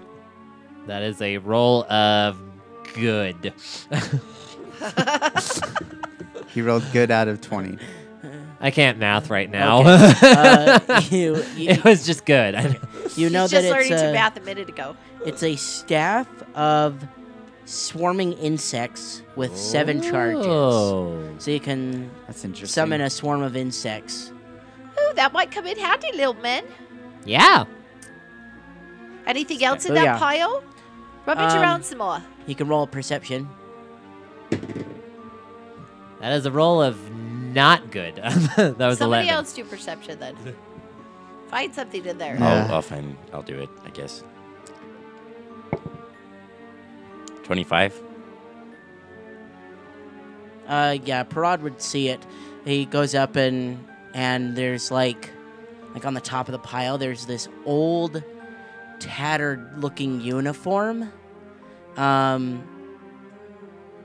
that is a roll of good.
He rolled good out of twenty.
I can't math right now.
Uh, you, you
it was just good. I-
you know
He's
that
just
it's uh,
learning to
a,
math a minute ago.
it's a staff of swarming insects with seven charges.
Oh.
So you can
That's interesting.
summon a swarm of insects.
Ooh, that might come in handy, little man.
Yeah.
Anything else in
Oh,
that
yeah.
pile? Rummage
Um,
around some more.
You can roll a perception.
That is a roll of not good. that was
Somebody
11.
else do perception then. Find something in there.
No. Yeah.
I'll, I'll find. I'll do it. I guess. Twenty-five.
Uh, yeah, Parad would see it. He goes up and and there's like, like on the top of the pile, there's this old, tattered-looking uniform. Um,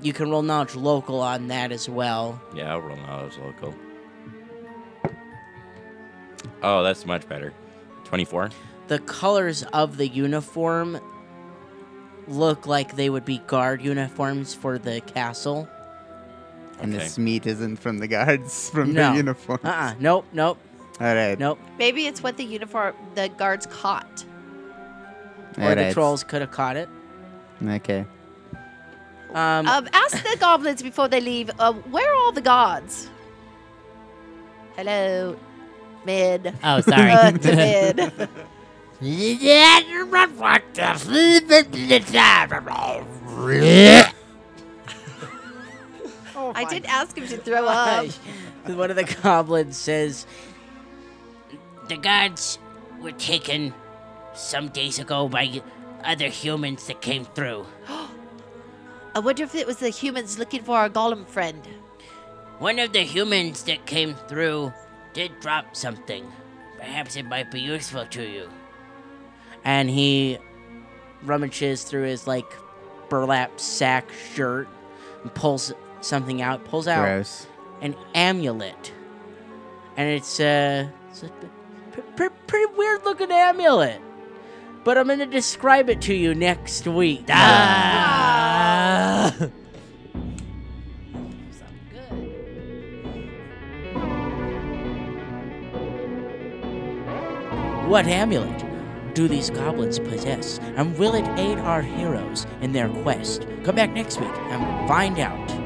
you can roll knowledge local on that as well.
Yeah, I'll roll knowledge local. Oh, that's much better. Twenty-four.
The colors of the uniform look like they would be guard uniforms for the castle.
And
Okay.
this meat isn't from the guards, from
No.
their uniforms.
Uh uh Nope, nope,
All right.
nope.
Maybe it's what the uniform, the guards caught.
All
Or the
right.
trolls could have caught it.
Okay.
Um,
Um, ask the goblins before they leave. Uh, where are all the gods? Hello, mid.
Oh, sorry.
Uh, to mid. I did ask him to throw up.
One of the goblins says, The gods were taken some days ago by other humans that came through.
I wonder if it was the humans looking for our golem friend.
One of the humans that came through did drop something. Perhaps it might be useful to you. And he rummages through his, like, burlap sack shirt and pulls something out, pulls out
Gross.
an amulet, and it's a, it's a p- p- pretty weird looking amulet. But I'm gonna describe it to you next week. What amulet do these goblins possess, and will it aid our heroes in their quest? Come back next week and find out.